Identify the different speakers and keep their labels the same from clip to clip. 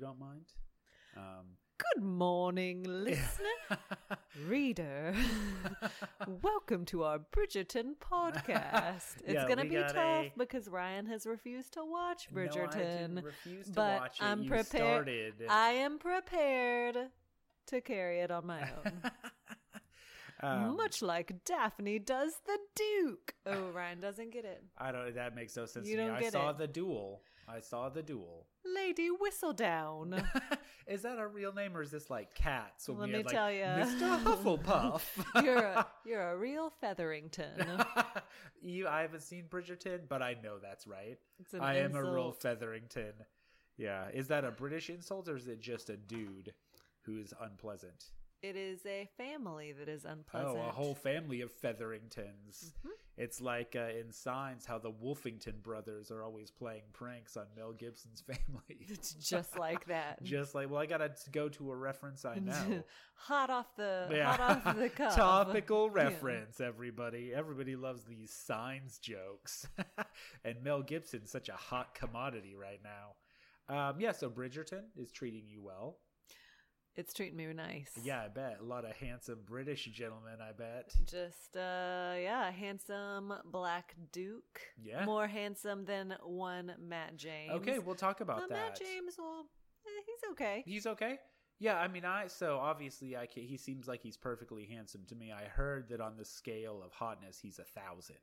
Speaker 1: don't mind. Um,
Speaker 2: Good morning, listener, reader. Welcome to our Bridgerton podcast. It's
Speaker 1: Yeah,
Speaker 2: going to
Speaker 1: we
Speaker 2: be
Speaker 1: got
Speaker 2: tough
Speaker 1: a-
Speaker 2: because Ryan has refused to watch
Speaker 1: No, I didn't
Speaker 2: Bridgerton.
Speaker 1: refuse to
Speaker 2: but
Speaker 1: watch it.
Speaker 2: I'm
Speaker 1: You
Speaker 2: prepared.
Speaker 1: started.
Speaker 2: I am prepared to carry it on my own.
Speaker 1: Oh, Um,
Speaker 2: Much like Daphne does the Duke. Oh, Ryan doesn't get it.
Speaker 1: I don't. That makes no sense
Speaker 2: You
Speaker 1: to me.
Speaker 2: don't
Speaker 1: I
Speaker 2: get
Speaker 1: saw
Speaker 2: it.
Speaker 1: the duel. I saw the duel.
Speaker 2: Lady Whistledown.
Speaker 1: Is that our real name or is this like cats? When
Speaker 2: Let
Speaker 1: we
Speaker 2: me
Speaker 1: had, like,
Speaker 2: tell ya.
Speaker 1: Mr. Hufflepuff.
Speaker 2: you're a, you're a real Featherington.
Speaker 1: you, I haven't seen Bridgerton, but I know that's right.
Speaker 2: It's an
Speaker 1: I am a real
Speaker 2: insult.
Speaker 1: Featherington. Yeah. Is that a British insult or is it just a dude who's unpleasant?
Speaker 2: It is a family that is
Speaker 1: Oh,
Speaker 2: unpleasant.
Speaker 1: a whole family of Featheringtons.
Speaker 2: Mm-hmm.
Speaker 1: It's like uh, in Signs how the Wolfington brothers are always playing pranks on Mel Gibson's family.
Speaker 2: It's just like that.
Speaker 1: Just like, well, I gotta go to a reference I know.
Speaker 2: hot off the
Speaker 1: Yeah.
Speaker 2: hot off the cuff.
Speaker 1: Topical reference, everybody. Everybody loves these signs jokes. and Mel Gibson's such a hot commodity right now. Um, yeah, so Bridgerton is treating you well.
Speaker 2: It's treating me nice.
Speaker 1: Yeah, I bet. A lot of handsome British gentlemen, I bet.
Speaker 2: Just uh yeah, handsome black duke.
Speaker 1: Yeah.
Speaker 2: More handsome than one Matt James.
Speaker 1: Okay, we'll talk about
Speaker 2: But Matt
Speaker 1: that.
Speaker 2: James will eh, he's okay.
Speaker 1: He's okay. Yeah, I mean, I so obviously I can, he seems like he's perfectly handsome to me. I heard that on the scale of hotness, he's a thousand.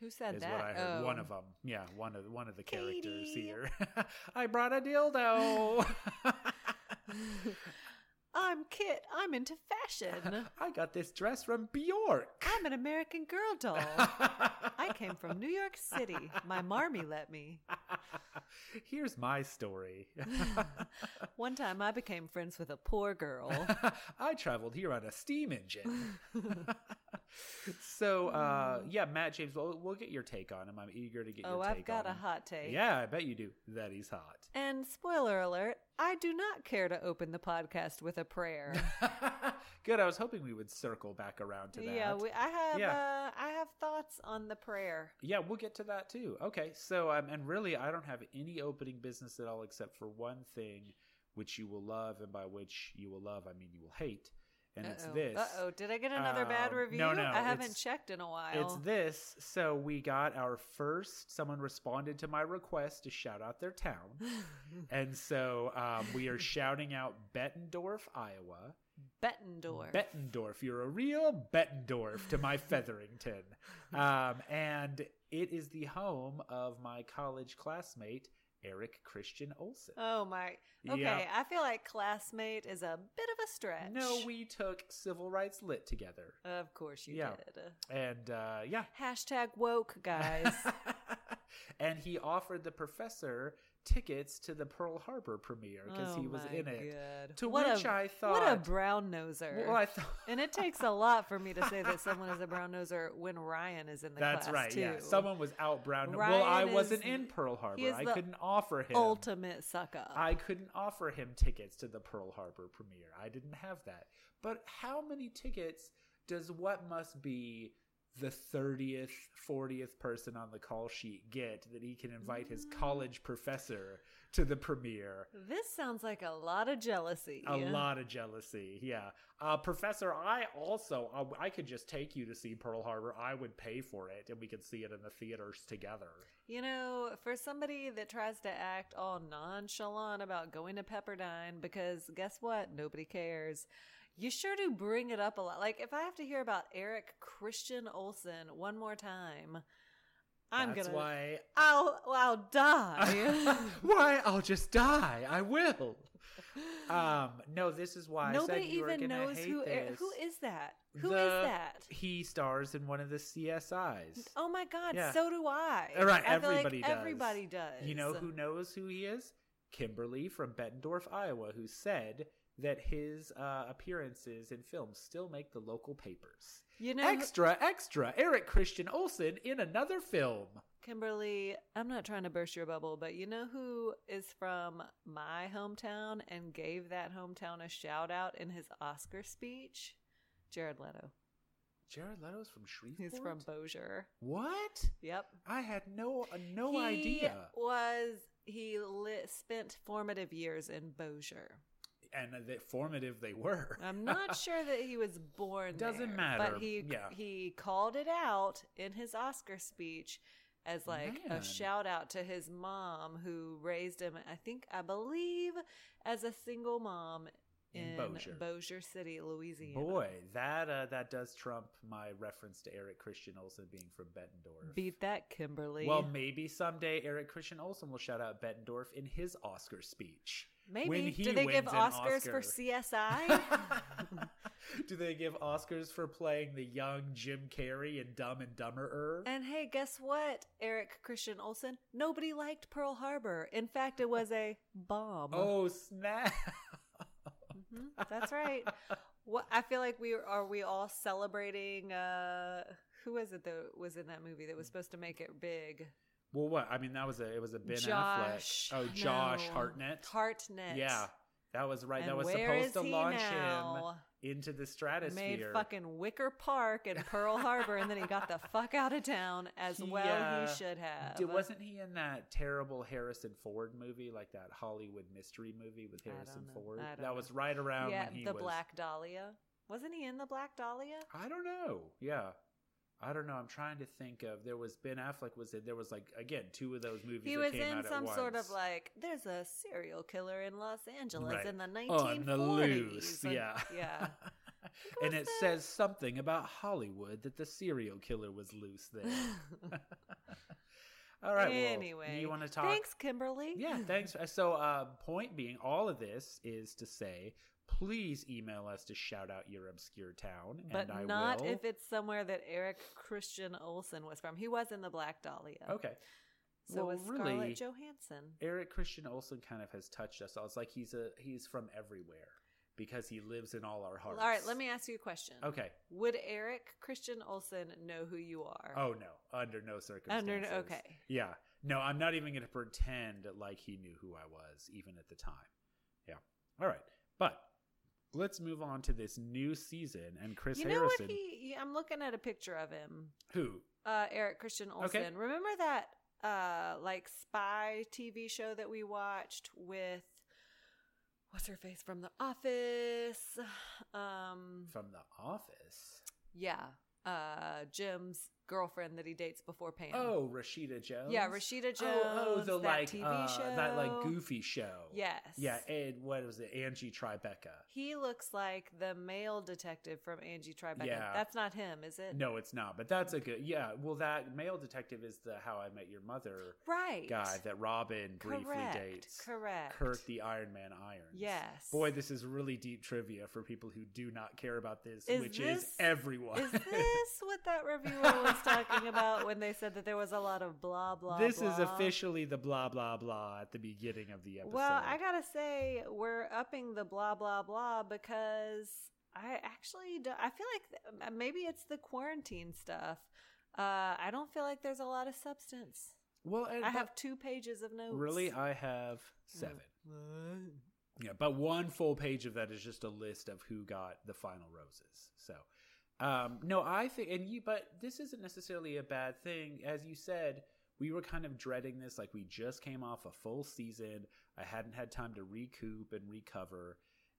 Speaker 2: Who said
Speaker 1: is
Speaker 2: that?
Speaker 1: what I heard.
Speaker 2: Oh.
Speaker 1: One of them, yeah, one of one of the characters
Speaker 2: Katie.
Speaker 1: here. I brought a dildo.
Speaker 2: I'm Kit. I'm into fashion.
Speaker 1: I got this dress from Bjork.
Speaker 2: I'm an American girl doll. I came from New York City. My marmy let me.
Speaker 1: Here's my story.
Speaker 2: One time I became friends with a poor girl.
Speaker 1: I traveled here on a steam engine. so uh, yeah, Matt James, we'll, we'll get your take on him. I'm eager to get
Speaker 2: Oh,
Speaker 1: your take.
Speaker 2: I've got
Speaker 1: on
Speaker 2: a
Speaker 1: him.
Speaker 2: hot take.
Speaker 1: Yeah, I bet you do. That he's hot.
Speaker 2: And spoiler alert, I do not care to open the podcast with a prayer.
Speaker 1: Good. I was hoping we would circle back around to that.
Speaker 2: yeah, we, I have
Speaker 1: Yeah.
Speaker 2: Uh, I have thoughts on the prayer.
Speaker 1: Yeah, we'll get to that too. Okay, so um, and really, I don't have any opening business at all except for one thing, which you will love, and by which you will love, I mean you will hate, and it's this.
Speaker 2: Uh oh, did I get another bad
Speaker 1: Um,
Speaker 2: review?
Speaker 1: no, no,
Speaker 2: I haven't
Speaker 1: it's-
Speaker 2: checked in a while.
Speaker 1: It's this. So we got our first. Someone responded to my request to shout out their town, and so um, we are shouting out Bettendorf, Iowa.
Speaker 2: Bettendorf.
Speaker 1: Bettendorf. You're a real Bettendorf to my Featherington. Um, and it is the home of my college classmate, Eric Christian Olsen.
Speaker 2: oh my. Okay,
Speaker 1: Yeah.
Speaker 2: I feel like classmate is a bit of a stretch.
Speaker 1: no, we took civil rights lit together.
Speaker 2: Of course you
Speaker 1: Yeah.
Speaker 2: did.
Speaker 1: And uh, yeah.
Speaker 2: Hashtag woke guys.
Speaker 1: and he offered the professor tickets to the Pearl Harbor premiere because
Speaker 2: Oh
Speaker 1: he was
Speaker 2: my
Speaker 1: in it.
Speaker 2: God.
Speaker 1: To
Speaker 2: What
Speaker 1: which
Speaker 2: a,
Speaker 1: I
Speaker 2: what a
Speaker 1: thought.
Speaker 2: brown noser.
Speaker 1: Well, I thought.
Speaker 2: and it takes a lot for me to say that someone is a brown noser when Ryan is in the
Speaker 1: That's
Speaker 2: class
Speaker 1: right.
Speaker 2: too.
Speaker 1: Yeah, someone was out brown. well,
Speaker 2: Ryan
Speaker 1: I
Speaker 2: is-
Speaker 1: wasn't in Pearl
Speaker 2: he
Speaker 1: Harbor.
Speaker 2: is
Speaker 1: I
Speaker 2: the
Speaker 1: couldn't offer him.
Speaker 2: ultimate suck up.
Speaker 1: I couldn't offer him tickets to the Pearl Harbor premiere. I didn't have that. But how many tickets does what must be the 30th, 40th person on the call sheet get that he can invite his
Speaker 2: Mm.
Speaker 1: college professor to the premiere?
Speaker 2: this sounds like a lot of jealousy.
Speaker 1: A lot of jealousy. Yeah. Uh, professor, I also, I, I could just take you to see Pearl Harbor. I would pay for it and we could see it in the theaters together.
Speaker 2: You know, for somebody that tries to act all nonchalant about going to Pepperdine, because guess what? Nobody cares. You sure do bring it up a lot. Like, if I have to hear about Eric Christian Olsen one more time, I'm
Speaker 1: That's
Speaker 2: gonna.
Speaker 1: why
Speaker 2: I'll, I'll die.
Speaker 1: why I'll just die. I will. Um, no, this is why I
Speaker 2: Nobody
Speaker 1: said you were
Speaker 2: even
Speaker 1: gonna
Speaker 2: knows
Speaker 1: hate
Speaker 2: who Eric-
Speaker 1: this.
Speaker 2: who is that? Who is
Speaker 1: The-
Speaker 2: that?
Speaker 1: He stars in one of the CSIs.
Speaker 2: Oh my God!
Speaker 1: Yeah.
Speaker 2: So do I.
Speaker 1: All right,
Speaker 2: I feel like
Speaker 1: everybody does.
Speaker 2: Everybody does.
Speaker 1: You know who knows who he is? Kimberly from Bettendorf, Iowa, who said that his uh, appearances in films still make the local papers.
Speaker 2: You know who-
Speaker 1: extra, extra! Eric Christian Olsen in another film.
Speaker 2: Kimberly, I'm not trying to burst your bubble, but you know who is from my hometown and gave that hometown a shout out in his Oscar speech? Jared Leto.
Speaker 1: Jared Leto's from Shreveport.
Speaker 2: He's from Bossier.
Speaker 1: what?
Speaker 2: Yep.
Speaker 1: I had no uh, no
Speaker 2: he
Speaker 1: idea.
Speaker 2: Was he lit, spent formative years in Bossier.
Speaker 1: and the formative they were.
Speaker 2: I'm not sure that he was born.
Speaker 1: Doesn't
Speaker 2: there,
Speaker 1: matter.
Speaker 2: But he
Speaker 1: Yeah.
Speaker 2: he called it out in his Oscar speech as like
Speaker 1: Man.
Speaker 2: a shout out to his mom who raised him. I think I believe as a single mom
Speaker 1: In
Speaker 2: in,
Speaker 1: Bossier.
Speaker 2: Bossier City, Louisiana.
Speaker 1: Boy, that uh, that does trump my reference to Eric Christian Olsen being from Bettendorf.
Speaker 2: beat that, Kimberly.
Speaker 1: well, maybe someday Eric Christian Olsen will shout out Bettendorf in his Oscar speech.
Speaker 2: maybe
Speaker 1: when he
Speaker 2: do they give
Speaker 1: wins an
Speaker 2: Oscars for
Speaker 1: Oscar.
Speaker 2: CSI?
Speaker 1: Do they give Oscars for playing the young Jim Carrey in Dumb and Dumberer?
Speaker 2: And hey, guess what, Eric Christian Olsen? Nobody liked Pearl Harbor. In fact, it was a bomb.
Speaker 1: oh snap!
Speaker 2: Mhm, that's right. What I feel like we are we all celebrating uh who was it that was in that movie that was supposed to make it big?
Speaker 1: Well, what? I mean, that was a it was a Ben
Speaker 2: Josh.
Speaker 1: Affleck. Oh, Josh
Speaker 2: no,
Speaker 1: Hartnett.
Speaker 2: Hartnett.
Speaker 1: Yeah, that was right.
Speaker 2: And
Speaker 1: that was
Speaker 2: where
Speaker 1: supposed
Speaker 2: is
Speaker 1: to
Speaker 2: he
Speaker 1: launch
Speaker 2: now?
Speaker 1: him into the
Speaker 2: Made
Speaker 1: stratosphere.
Speaker 2: fucking Wicker Park and Pearl Harbor, and then he got the fuck out of town as
Speaker 1: He,
Speaker 2: well.
Speaker 1: uh,
Speaker 2: he should have.
Speaker 1: Did, wasn't he in that terrible Harrison Ford movie, like that Hollywood mystery movie with
Speaker 2: I don't
Speaker 1: Harrison
Speaker 2: know.
Speaker 1: Ford?
Speaker 2: I don't
Speaker 1: That
Speaker 2: know.
Speaker 1: was right around
Speaker 2: yeah,
Speaker 1: when he
Speaker 2: the
Speaker 1: was.
Speaker 2: Black Dahlia. Wasn't he in the Black Dahlia?
Speaker 1: I don't know. Yeah. I don't know. I'm trying to think of there was Ben Affleck was in there was like again two of those movies.
Speaker 2: He
Speaker 1: that
Speaker 2: was
Speaker 1: came
Speaker 2: in
Speaker 1: out at
Speaker 2: some sort
Speaker 1: once.
Speaker 2: of like, there's a serial killer in Los Angeles
Speaker 1: Right.
Speaker 2: in the 1940s.
Speaker 1: on the loose.
Speaker 2: Like,
Speaker 1: yeah.
Speaker 2: Yeah.
Speaker 1: and
Speaker 2: uh, was
Speaker 1: it
Speaker 2: the-
Speaker 1: says something about Hollywood that the serial killer was loose there. All right. well,
Speaker 2: Anyway,
Speaker 1: you want to talk?
Speaker 2: Thanks, Kimberly.
Speaker 1: Yeah, thanks. So, uh, point being, all of this is to say, please email us to shout out your obscure town,
Speaker 2: But
Speaker 1: and I
Speaker 2: not
Speaker 1: will.
Speaker 2: if it's somewhere that Eric Christian Olsen was from. He was in the Black Dahlia.
Speaker 1: okay.
Speaker 2: So
Speaker 1: well,
Speaker 2: was
Speaker 1: really,
Speaker 2: Scarlett Johansson.
Speaker 1: Eric Christian Olsen kind of has touched us all. It's like he's a he's from everywhere because he lives in all our
Speaker 2: All
Speaker 1: hearts.
Speaker 2: right, let me ask you a question.
Speaker 1: Okay.
Speaker 2: Would Eric Christian Olsen know who you are?
Speaker 1: Oh no, under no circumstances.
Speaker 2: Under okay.
Speaker 1: Yeah. No, I'm not even going to pretend like he knew who I was, even at the time. Yeah. All right. But let's move on to this new season and Chris
Speaker 2: you know
Speaker 1: Harrison.
Speaker 2: what he, I'm looking at a picture of him.
Speaker 1: Who?
Speaker 2: uh, Eric Christian Olsen. Remember that uh, like spy TV show that we watched with what's her face from The Office? Um,
Speaker 1: From The Office.
Speaker 2: yeah, uh, Jim's girlfriend that he dates before Pam.
Speaker 1: Oh, Rashida Jones.
Speaker 2: yeah, Rashida Jones.
Speaker 1: Oh, oh, the
Speaker 2: that
Speaker 1: like
Speaker 2: TV
Speaker 1: uh,
Speaker 2: show.
Speaker 1: that like goofy show.
Speaker 2: Yes.
Speaker 1: Yeah, and what was it? Angie Tribeca.
Speaker 2: He looks like the male detective from Angie Tribeca.
Speaker 1: Yeah.
Speaker 2: That's not him, is it?
Speaker 1: No, it's not. But that's a good. Yeah. Well, that male detective is the How I Met Your Mother
Speaker 2: Right.
Speaker 1: guy that Robin briefly
Speaker 2: Correct.
Speaker 1: dates.
Speaker 2: Correct.
Speaker 1: Kirk the Iron Man Irons.
Speaker 2: Yes.
Speaker 1: Boy, this is really deep trivia for people who do not care about this,
Speaker 2: Is
Speaker 1: which is
Speaker 2: this-
Speaker 1: everyone.
Speaker 2: Is this what that reviewer was talking about when they said that there was a lot of blah blah?
Speaker 1: This is
Speaker 2: blah?
Speaker 1: officially the blah blah blah at the beginning of the episode.
Speaker 2: Well, I gotta say we're upping the blah blah blah because I actually do, I feel like th- maybe it's the quarantine stuff. Uh, I don't feel like there's a lot of substance.
Speaker 1: well, and,
Speaker 2: I
Speaker 1: Uh, but
Speaker 2: have two pages of notes.
Speaker 1: really I have seven.
Speaker 2: Uh,
Speaker 1: Yeah, but one full page of that is just a list of who got the final roses. So, um, no, I think, and you, but this isn't necessarily a bad thing. As you said, we were kind of dreading this. Like, we just came off a full season. I hadn't had time to recoup and recover.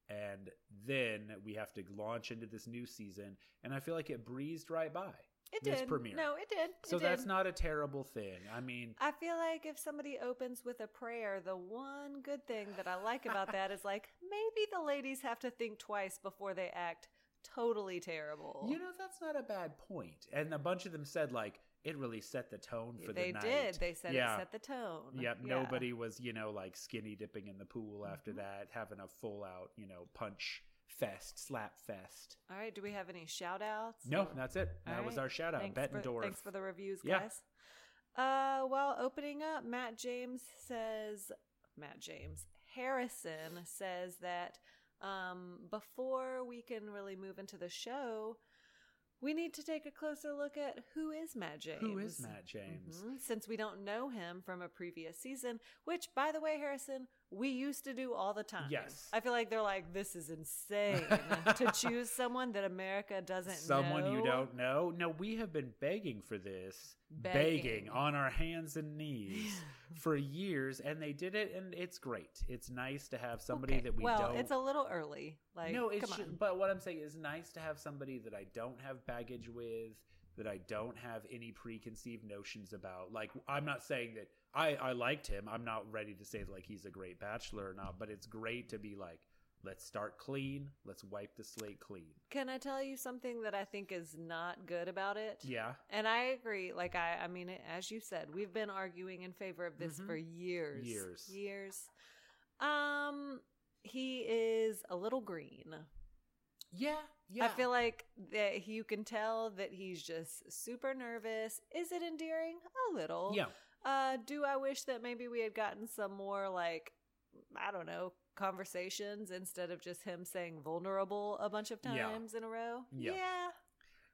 Speaker 1: And then we have to launch into this new season. And I feel like it breezed right by.
Speaker 2: It
Speaker 1: This
Speaker 2: did.
Speaker 1: premiere.
Speaker 2: No, it did. It
Speaker 1: So that's
Speaker 2: did.
Speaker 1: not a terrible thing. I mean,
Speaker 2: I feel like if somebody opens with a prayer, the one good thing that I like about that is like maybe the ladies have to think twice before they act totally terrible.
Speaker 1: you know, that's not a bad point. And a bunch of them said, like, it really set the tone for
Speaker 2: they
Speaker 1: the night.
Speaker 2: did. They said
Speaker 1: Yeah.
Speaker 2: it set the tone.
Speaker 1: Yep,
Speaker 2: Yeah.
Speaker 1: nobody was, you know, like skinny dipping in the pool after
Speaker 2: Mhm.
Speaker 1: that, having a full out, you know, punch fest, slap fest.
Speaker 2: All right. Do we have any shout outs?
Speaker 1: No, that's it. That
Speaker 2: All
Speaker 1: was
Speaker 2: right.
Speaker 1: our shout out,
Speaker 2: Thanks for,
Speaker 1: Bettendorf.
Speaker 2: thanks for the reviews,
Speaker 1: Yeah.
Speaker 2: guys. Uh, while opening up, Matt James says, Matt James Harrison says that um, before we can really move into the show, we need to take a closer look at who is Matt James.
Speaker 1: Who is Matt James?
Speaker 2: Mm-hmm. Mhm, Since we don't know him from a previous season, which, by the way, Harrison, we used to do all the time.
Speaker 1: Yes.
Speaker 2: I feel like they're like, this is insane to choose someone that America doesn't
Speaker 1: Someone
Speaker 2: know.
Speaker 1: you don't know? No, we have been begging for this, begging,
Speaker 2: Begging.
Speaker 1: on our hands and knees for years, and they did it, and it's great. It's nice to have somebody
Speaker 2: Okay,
Speaker 1: that we
Speaker 2: well,
Speaker 1: don't.
Speaker 2: it's a little early. Like,
Speaker 1: no, it's
Speaker 2: come
Speaker 1: ju-
Speaker 2: on.
Speaker 1: but what I'm saying is nice to have somebody that I don't have baggage with, that I don't have any preconceived notions about. Like I'm not saying that I I liked him. I'm not ready to say like he's a great bachelor or not, but it's great to be like let's start clean, let's wipe the slate clean.
Speaker 2: Can I tell you something that I think is not good about it?
Speaker 1: Yeah.
Speaker 2: And I agree. Like I, I mean, as you said, we've been arguing in favor of this
Speaker 1: Mhm.
Speaker 2: for years,
Speaker 1: Years.
Speaker 2: years. Um, he is a little green.
Speaker 1: Yeah. Yeah.
Speaker 2: I feel like that he- you can tell that he's just super nervous. Is it endearing? A little.
Speaker 1: yeah.
Speaker 2: Uh, do I wish that maybe we had gotten some more like, I don't know, conversations instead of just him saying vulnerable a bunch of
Speaker 1: Yeah.
Speaker 2: times in a row?
Speaker 1: Yeah.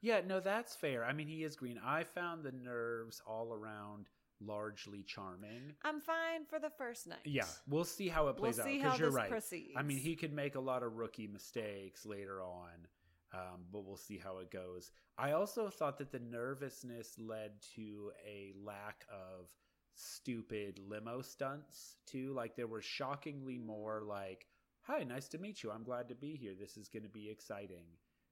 Speaker 1: Yeah, no, that's fair. I mean, he is green. I found the nerves all around largely charming.
Speaker 2: I'm fine for the first night.
Speaker 1: Yeah, we'll see how it
Speaker 2: We'll
Speaker 1: plays out
Speaker 2: see how
Speaker 1: because you're
Speaker 2: this
Speaker 1: right.
Speaker 2: proceeds.
Speaker 1: I mean, he could make a lot of rookie mistakes later on, um, but we'll see how it goes. I also thought that the nervousness led to a lack of stupid limo stunts, too. Like, there were shockingly more, like, hi, nice to meet you. I'm glad to be here. This is going to be exciting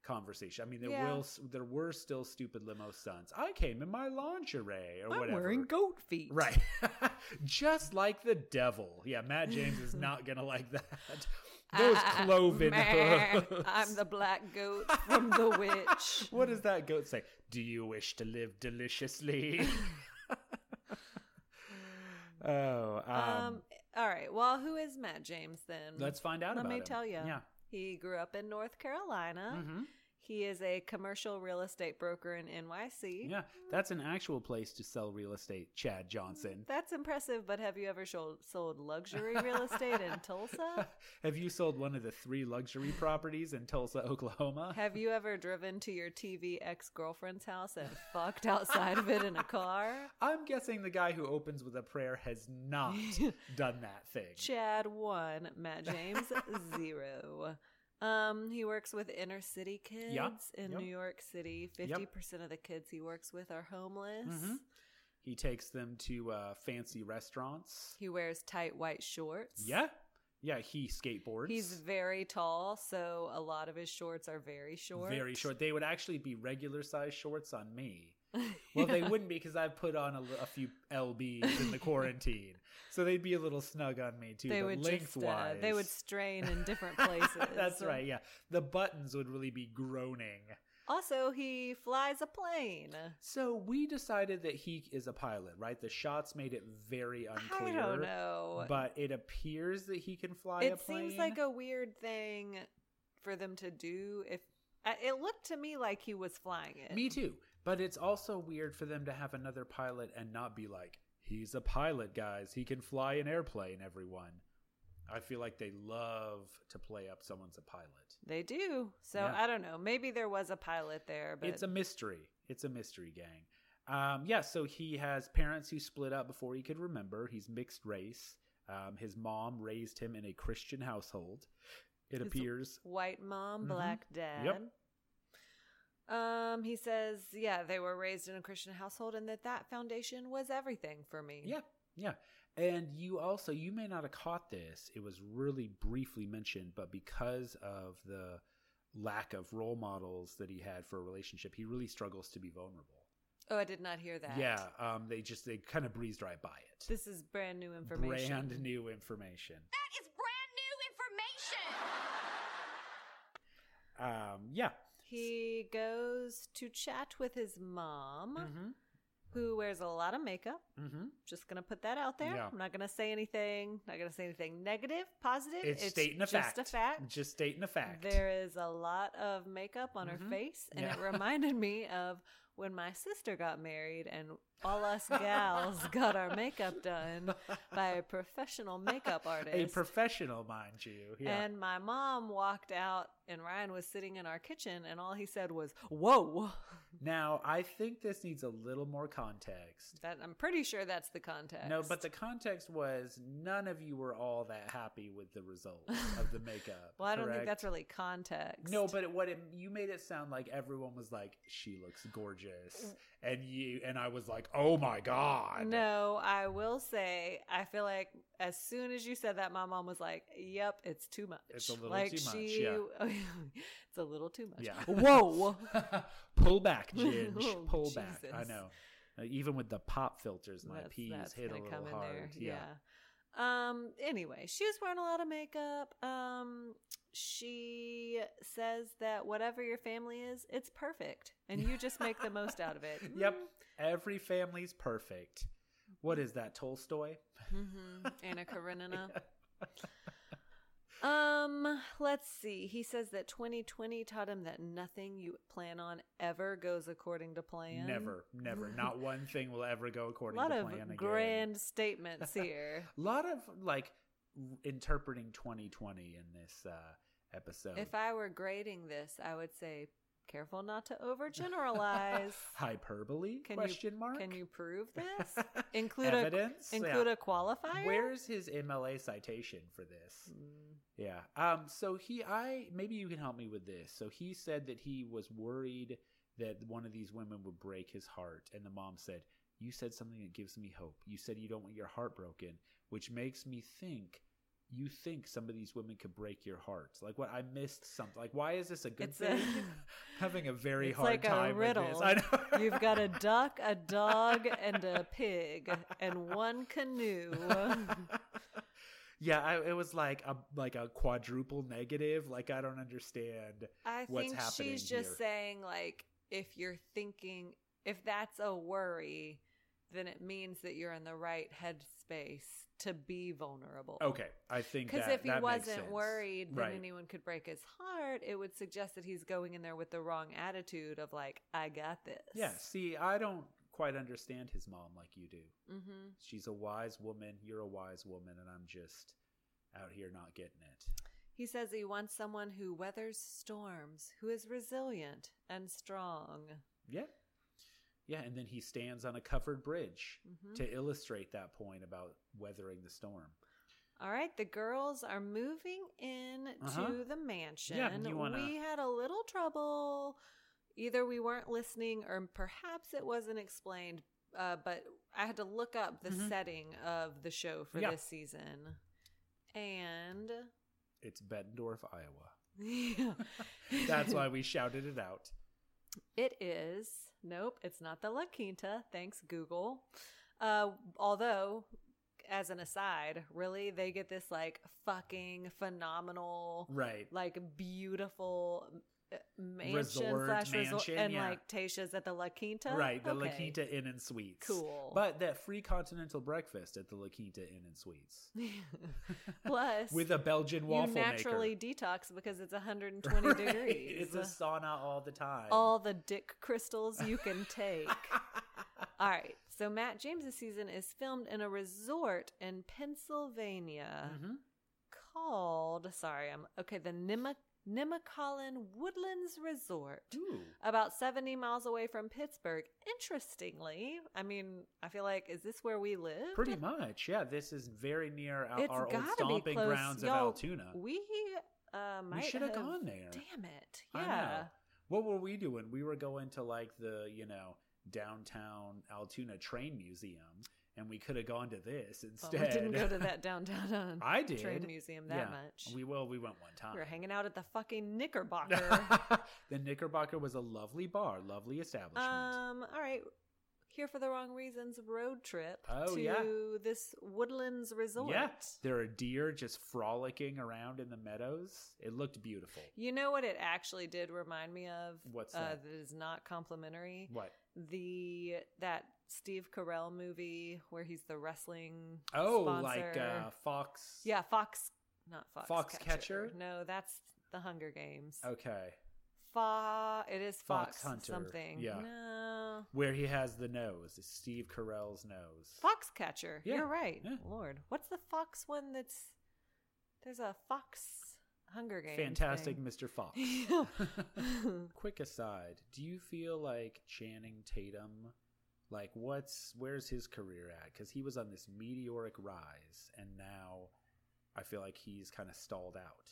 Speaker 1: conversation. I mean, there
Speaker 2: Yeah.
Speaker 1: will there were still stupid limo stunts. I came in my lingerie or
Speaker 2: I'm
Speaker 1: whatever.
Speaker 2: wearing goat feet.
Speaker 1: Right. Just like the devil. Yeah, Matt James is not going to like that. Those
Speaker 2: Ah,
Speaker 1: cloven
Speaker 2: meh.
Speaker 1: hooves.
Speaker 2: I'm the black goat from the witch.
Speaker 1: What does that goat say? Do you wish to live deliciously? oh, um,
Speaker 2: Um, all right. Well, who is Matt James then?
Speaker 1: let's find out
Speaker 2: let
Speaker 1: about
Speaker 2: me
Speaker 1: him.
Speaker 2: tell you.
Speaker 1: Yeah.
Speaker 2: He grew up in North Carolina.
Speaker 1: Mhm.
Speaker 2: He is a commercial real estate broker in NYC.
Speaker 1: Yeah, that's an actual place to sell real estate, Chad Johnson.
Speaker 2: That's impressive, but have you ever sold, sold luxury real estate in Tulsa?
Speaker 1: Have you sold one of the three luxury properties in Tulsa, Oklahoma?
Speaker 2: Have you ever driven to your TV ex girlfriend's house and fucked outside of it in a car?
Speaker 1: I'm guessing the guy who opens with a prayer has not done that thing.
Speaker 2: Chad one, Matt James zero. Um, he works with inner city kids
Speaker 1: Yeah,
Speaker 2: in
Speaker 1: yep.
Speaker 2: New York City. Fifty percent of the kids he works with are homeless.
Speaker 1: Mhm. He takes them to uh, fancy restaurants.
Speaker 2: He wears tight white shorts.
Speaker 1: Yeah. Yeah, he skateboards.
Speaker 2: He's very tall, so a lot of his shorts are very short.
Speaker 1: very short. They would actually be regular size shorts on me. Well, they wouldn't be because I've put on a, li- a few lbs in the quarantine, so they'd be a little snug on me too.
Speaker 2: They
Speaker 1: but
Speaker 2: would just, uh,
Speaker 1: lengthwise,
Speaker 2: they would strain in different places.
Speaker 1: That's right. Yeah, the buttons would really be groaning.
Speaker 2: Also, he flies a plane.
Speaker 1: So we decided that he is a pilot, right? The shots made it very unclear.
Speaker 2: I don't know.
Speaker 1: But it appears that he can fly a
Speaker 2: it
Speaker 1: plane.
Speaker 2: seems like a weird thing for them to do. If I- it looked to me like he was flying it,
Speaker 1: Me too. But it's also weird for them to have another pilot and not be like, he's a pilot, guys. He can fly an airplane, everyone. I feel like they love to play up someone's a pilot.
Speaker 2: they do. So
Speaker 1: Yeah.
Speaker 2: I don't know. Maybe there was a pilot there, but
Speaker 1: It's a mystery. It's a mystery, gang. Um, yeah, so he has parents who split up before he could remember. He's mixed race. Um, his mom raised him in a Christian household. It
Speaker 2: It's-
Speaker 1: appears.
Speaker 2: white mom,
Speaker 1: Mhm.
Speaker 2: black dad. Um, he says, yeah, they were raised in a Christian household, and that that foundation was everything for me.
Speaker 1: Yeah, yeah. And you also, you may not have caught this. It was really briefly mentioned, but because of the lack of role models that he had for a relationship, he really struggles to be vulnerable.
Speaker 2: Oh, I did not hear that.
Speaker 1: Yeah, um, they just they kind of breezed right by it.
Speaker 2: This is brand new information.
Speaker 1: Brand new information.
Speaker 3: That is brand new information.
Speaker 1: Um, yeah.
Speaker 2: He goes to chat with his mom,
Speaker 1: Mm-hmm.
Speaker 2: who wears a lot of makeup.
Speaker 1: Mm-hmm.
Speaker 2: Just gonna put that out there.
Speaker 1: Yeah.
Speaker 2: I'm not gonna say anything. Not gonna say anything negative, positive.
Speaker 1: It's, stating a
Speaker 2: just
Speaker 1: fact.
Speaker 2: a fact.
Speaker 1: Just stating a fact.
Speaker 2: There is a lot of makeup on her
Speaker 1: Mhm.
Speaker 2: face, and
Speaker 1: Yeah.
Speaker 2: it reminded me of when my sister got married, and all us gals got our makeup done by a professional makeup artist.
Speaker 1: a professional, mind you. Yeah.
Speaker 2: And my mom walked out, and Ryan was sitting in our kitchen, and all he said was, Whoa.
Speaker 1: Now, I think this needs a little more context.
Speaker 2: That I'm pretty sure that's the context.
Speaker 1: No, but the context was none of you were all that happy with the results of the makeup.
Speaker 2: well, I don't
Speaker 1: correct?
Speaker 2: think that's really context.
Speaker 1: No, but what it, you made it sound like everyone was like, "She looks gorgeous," and you and I was like, "Oh my god!"
Speaker 2: Mm. No, I will say I feel like as soon as you said that, my mom was like, "Yep, it's too much.
Speaker 1: It's a little
Speaker 2: like
Speaker 1: too much,
Speaker 2: she,
Speaker 1: yeah.
Speaker 2: it's a little too much.
Speaker 1: Yeah.
Speaker 2: Whoa.
Speaker 1: pull back, Ginge.
Speaker 2: Oh,
Speaker 1: Pull back. I
Speaker 2: Jesus.
Speaker 1: know. Uh, even with the pop filters, my
Speaker 2: that's,
Speaker 1: peas
Speaker 2: that's
Speaker 1: hit a
Speaker 2: gonna
Speaker 1: little
Speaker 2: come in
Speaker 1: hard.
Speaker 2: there.
Speaker 1: Yeah.
Speaker 2: Um. Anyway, she's wearing a lot of makeup. Um. She says that whatever your family is, it's perfect, and you just make the most out of it.
Speaker 1: Yep. Every family's perfect. What is that, Tolstoy?
Speaker 2: Mm-hmm. Anna Karenina. um, let's see. He says that 2020 taught him that nothing you plan on ever goes according to plan.
Speaker 1: Never, never. Not one thing will ever go according
Speaker 2: A lot
Speaker 1: to
Speaker 2: of
Speaker 1: plan again.
Speaker 2: grand statements here.
Speaker 1: A lot of like r- interpreting 2020 in this uh, episode.
Speaker 2: if I were grading this, I would say careful not to overgeneralize.
Speaker 1: hyperbole?
Speaker 2: Can you-
Speaker 1: question mark.
Speaker 2: Can you prove this? Include a
Speaker 1: evidence? Yeah.
Speaker 2: include a qualifier.
Speaker 1: Where's his MLA citation for this?
Speaker 2: Mm,
Speaker 1: Yeah. Um. So he, I maybe you can help me with this. So he said that he was worried that one of these women would break his heart, and the mom said, "You said something that gives me hope. You said you don't want your heart broken, which makes me think." You think some of these women could break your heart? Like what? I missed something. Like why is this a good
Speaker 2: It's a-
Speaker 1: thing? Having a very
Speaker 2: It's
Speaker 1: hard
Speaker 2: like a
Speaker 1: time with this.
Speaker 2: riddle.
Speaker 1: I know.
Speaker 2: You've got a duck, a dog, and a pig, and one canoe.
Speaker 1: yeah, I, it was like a like a quadruple negative. Like I don't understand.
Speaker 2: I
Speaker 1: what's
Speaker 2: think
Speaker 1: happening
Speaker 2: she's just
Speaker 1: here.
Speaker 2: saying like if you're thinking if that's a worry, then it means that you're in the right headspace to be vulnerable.
Speaker 1: Okay, I think
Speaker 2: Because
Speaker 1: because
Speaker 2: if he wasn't worried that
Speaker 1: right?
Speaker 2: anyone could break his heart, it would suggest that he's going in there with the wrong attitude of like, I got this.
Speaker 1: Yeah. See, I don't quite understand his mom like you do.
Speaker 2: hmm
Speaker 1: She's a wise woman. You're a wise woman, and I'm just out here not getting it.
Speaker 2: He says he wants someone who weathers storms, who is resilient and strong.
Speaker 1: Yeah. Yeah, and then he stands on a covered bridge
Speaker 2: Mhm.
Speaker 1: to illustrate that point about weathering the storm.
Speaker 2: All right, the girls are moving in
Speaker 1: Uh-huh.
Speaker 2: to the mansion.
Speaker 1: you wanna-
Speaker 2: We had a little trouble. Either we weren't listening or perhaps it wasn't explained, uh, but I had to look up the
Speaker 1: Mhm.
Speaker 2: setting of the show for
Speaker 1: Yeah.
Speaker 2: this season. And
Speaker 1: It's Bettendorf, Iowa. That's why we shouted it out.
Speaker 2: It is. Nope, it's not the La Quinta. Thanks, Google. Uh, although, as an aside, really, they get this like fucking phenomenal,
Speaker 1: Right.
Speaker 2: like beautiful uh, mansion
Speaker 1: Resort,
Speaker 2: slash resort,
Speaker 1: mansion,
Speaker 2: and
Speaker 1: yeah.
Speaker 2: like Tasha's at the La Quinta.
Speaker 1: Right, the La
Speaker 2: Okay.
Speaker 1: Quinta Inn and Suites.
Speaker 2: Cool.
Speaker 1: But that free continental breakfast at the La Quinta Inn and Suites
Speaker 2: Plus,
Speaker 1: with a Belgian
Speaker 2: you
Speaker 1: waffle
Speaker 2: naturally
Speaker 1: maker.
Speaker 2: detox because it's 120
Speaker 1: Right,
Speaker 2: degrees.
Speaker 1: It's a sauna all the time.
Speaker 2: all the dick crystals you can take. All right. So Matt James's season is filmed in a resort in Pennsylvania
Speaker 1: Mhm.
Speaker 2: called sorry, I'm okay, the Nima Nemacolin Woodlands Resort.
Speaker 1: Ooh.
Speaker 2: About 70 miles away from Pittsburgh. Interestingly, I mean, I feel like, is this where we live?
Speaker 1: Pretty much, yeah. This is very near our,
Speaker 2: It's
Speaker 1: our old
Speaker 2: gotta be
Speaker 1: stomping
Speaker 2: close.
Speaker 1: grounds of
Speaker 2: Y'all,
Speaker 1: Altoona.
Speaker 2: We uh, might
Speaker 1: We should have gone there.
Speaker 2: Damn it.
Speaker 1: I
Speaker 2: Yeah.
Speaker 1: know. What were we doing? We were going to like the you know downtown Altoona train museum, and we could have gone to this
Speaker 2: Well,
Speaker 1: instead.
Speaker 2: we didn't go to that downtown uh,
Speaker 1: I did.
Speaker 2: train museum that
Speaker 1: Yeah.
Speaker 2: much.
Speaker 1: We well, we went one time.
Speaker 2: We were hanging out at the fucking Knickerbocker.
Speaker 1: the Knickerbocker was a lovely bar, lovely establishment.
Speaker 2: um, all right. Here for the wrong reasons road trip
Speaker 1: Oh,
Speaker 2: to
Speaker 1: yeah.
Speaker 2: this Woodlands resort.
Speaker 1: yeah, there are deer just frolicking around in the meadows. It looked beautiful.
Speaker 2: You know what it actually did remind me of?
Speaker 1: What's
Speaker 2: uh,
Speaker 1: that?
Speaker 2: that is not complimentary.
Speaker 1: What?
Speaker 2: The that Steve Carell movie where he's the wrestling
Speaker 1: Oh,
Speaker 2: sponsor.
Speaker 1: like uh, Fox.
Speaker 2: yeah, Fox, not Fox,
Speaker 1: Foxcatcher?
Speaker 2: No, that's the Hunger Games.
Speaker 1: Okay.
Speaker 2: Fa, it is Fox,
Speaker 1: Oh. Fox Hunter.
Speaker 2: something.
Speaker 1: Yeah.
Speaker 2: no,
Speaker 1: Where he has the nose, it's Steve Carell's nose.
Speaker 2: Foxcatcher.
Speaker 1: Yeah,
Speaker 2: You're right.
Speaker 1: yeah.
Speaker 2: Lord. What's the fox one that's there's a fox Hunger Games.
Speaker 1: Fantastic
Speaker 2: thing.
Speaker 1: Mr. Fox. Quick aside, do you feel like Channing Tatum like what's where's his career at cuz he was on this meteoric rise and now I feel like he's kind of stalled out.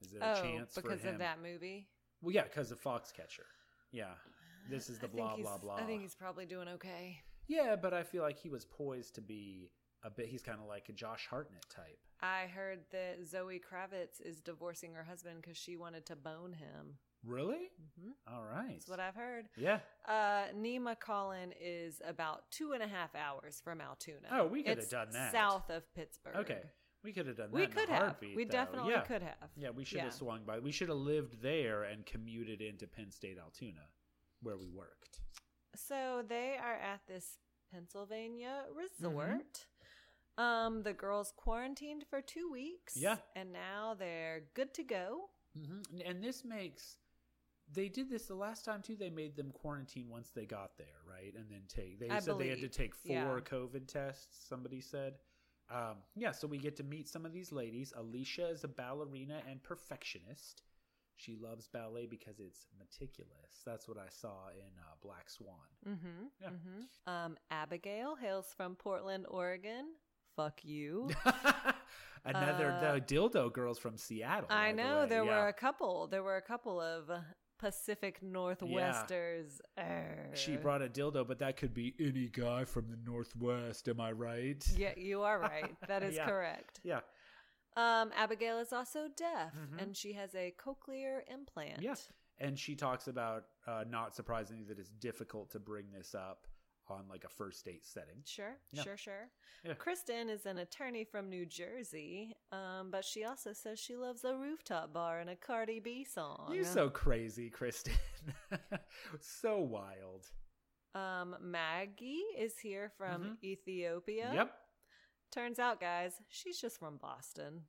Speaker 1: Is there a
Speaker 2: oh,
Speaker 1: chance for
Speaker 2: because
Speaker 1: him?
Speaker 2: of that movie.
Speaker 1: Well, yeah, cuz of Foxcatcher. Yeah. This is the
Speaker 2: I think
Speaker 1: blah
Speaker 2: he's-
Speaker 1: blah blah.
Speaker 2: I think he's probably doing okay.
Speaker 1: Yeah, but I feel like he was poised to be a bit he's kind of like a Josh Hartnett type.
Speaker 2: I heard that Zoe Kravitz is divorcing her husband because she wanted to bone him.
Speaker 1: Really?
Speaker 2: hmm
Speaker 1: All right.
Speaker 2: That's what I've heard.
Speaker 1: yeah.
Speaker 2: Uh, Nema Collin is about two and a half hours from Altoona.
Speaker 1: Oh, we could have
Speaker 2: It's
Speaker 1: done that.
Speaker 2: South of Pittsburgh.
Speaker 1: Okay. We could have done that.
Speaker 2: We
Speaker 1: in a
Speaker 2: could have.
Speaker 1: heartbeat,
Speaker 2: We
Speaker 1: though.
Speaker 2: definitely
Speaker 1: yeah.
Speaker 2: could have.
Speaker 1: Yeah, we should
Speaker 2: Yeah.
Speaker 1: have swung by. We should have lived there and commuted into Penn State Altoona, where we worked.
Speaker 2: So they are at this Pennsylvania
Speaker 1: Mm-hmm.
Speaker 2: resort. Um, the girls quarantined for two weeks.
Speaker 1: Yeah.
Speaker 2: And now they're good to go.
Speaker 1: Mm-hmm. And this makes they did this the last time too. They made them quarantine once they got there, right? And then take they
Speaker 2: I
Speaker 1: said they had to
Speaker 2: believe,
Speaker 1: take four
Speaker 2: yeah.
Speaker 1: COVID tests. Somebody said, um, yeah. So we get to meet some of these ladies. Alicia is a ballerina and perfectionist. She loves ballet because it's meticulous. That's what I saw in uh, Black Swan.
Speaker 2: Mm-hmm.
Speaker 1: Yeah.
Speaker 2: Mm-hmm. Um, Abigail hails from Portland, Oregon. Fuck you.
Speaker 1: Another
Speaker 2: Uh,
Speaker 1: the dildo girls from Seattle.
Speaker 2: I
Speaker 1: by the
Speaker 2: know
Speaker 1: way.
Speaker 2: there
Speaker 1: Yeah.
Speaker 2: were a couple. There were a couple of Pacific Northwesters. Er. Err.
Speaker 1: She brought a dildo, but that could be any guy from the Northwest. Am I right?
Speaker 2: Yeah, you are right. That is
Speaker 1: Yeah.
Speaker 2: correct.
Speaker 1: Yeah.
Speaker 2: Um, Abigail is also deaf,
Speaker 1: Mhm.
Speaker 2: and she has a cochlear implant.
Speaker 1: Yeah. And she talks about, uh, not surprisingly, that it's difficult to bring this up on like a first date setting.
Speaker 2: Sure,
Speaker 1: Yeah.
Speaker 2: sure, sure.
Speaker 1: Yeah.
Speaker 2: Kristen is an attorney from New Jersey, um, but she also says she loves a rooftop bar and a Cardi B song.
Speaker 1: You're so crazy, Kristen. so wild.
Speaker 2: Um, Maggie is here from
Speaker 1: Mhm.
Speaker 2: Ethiopia.
Speaker 1: Yep.
Speaker 2: Turns out, guys, she's just from Boston.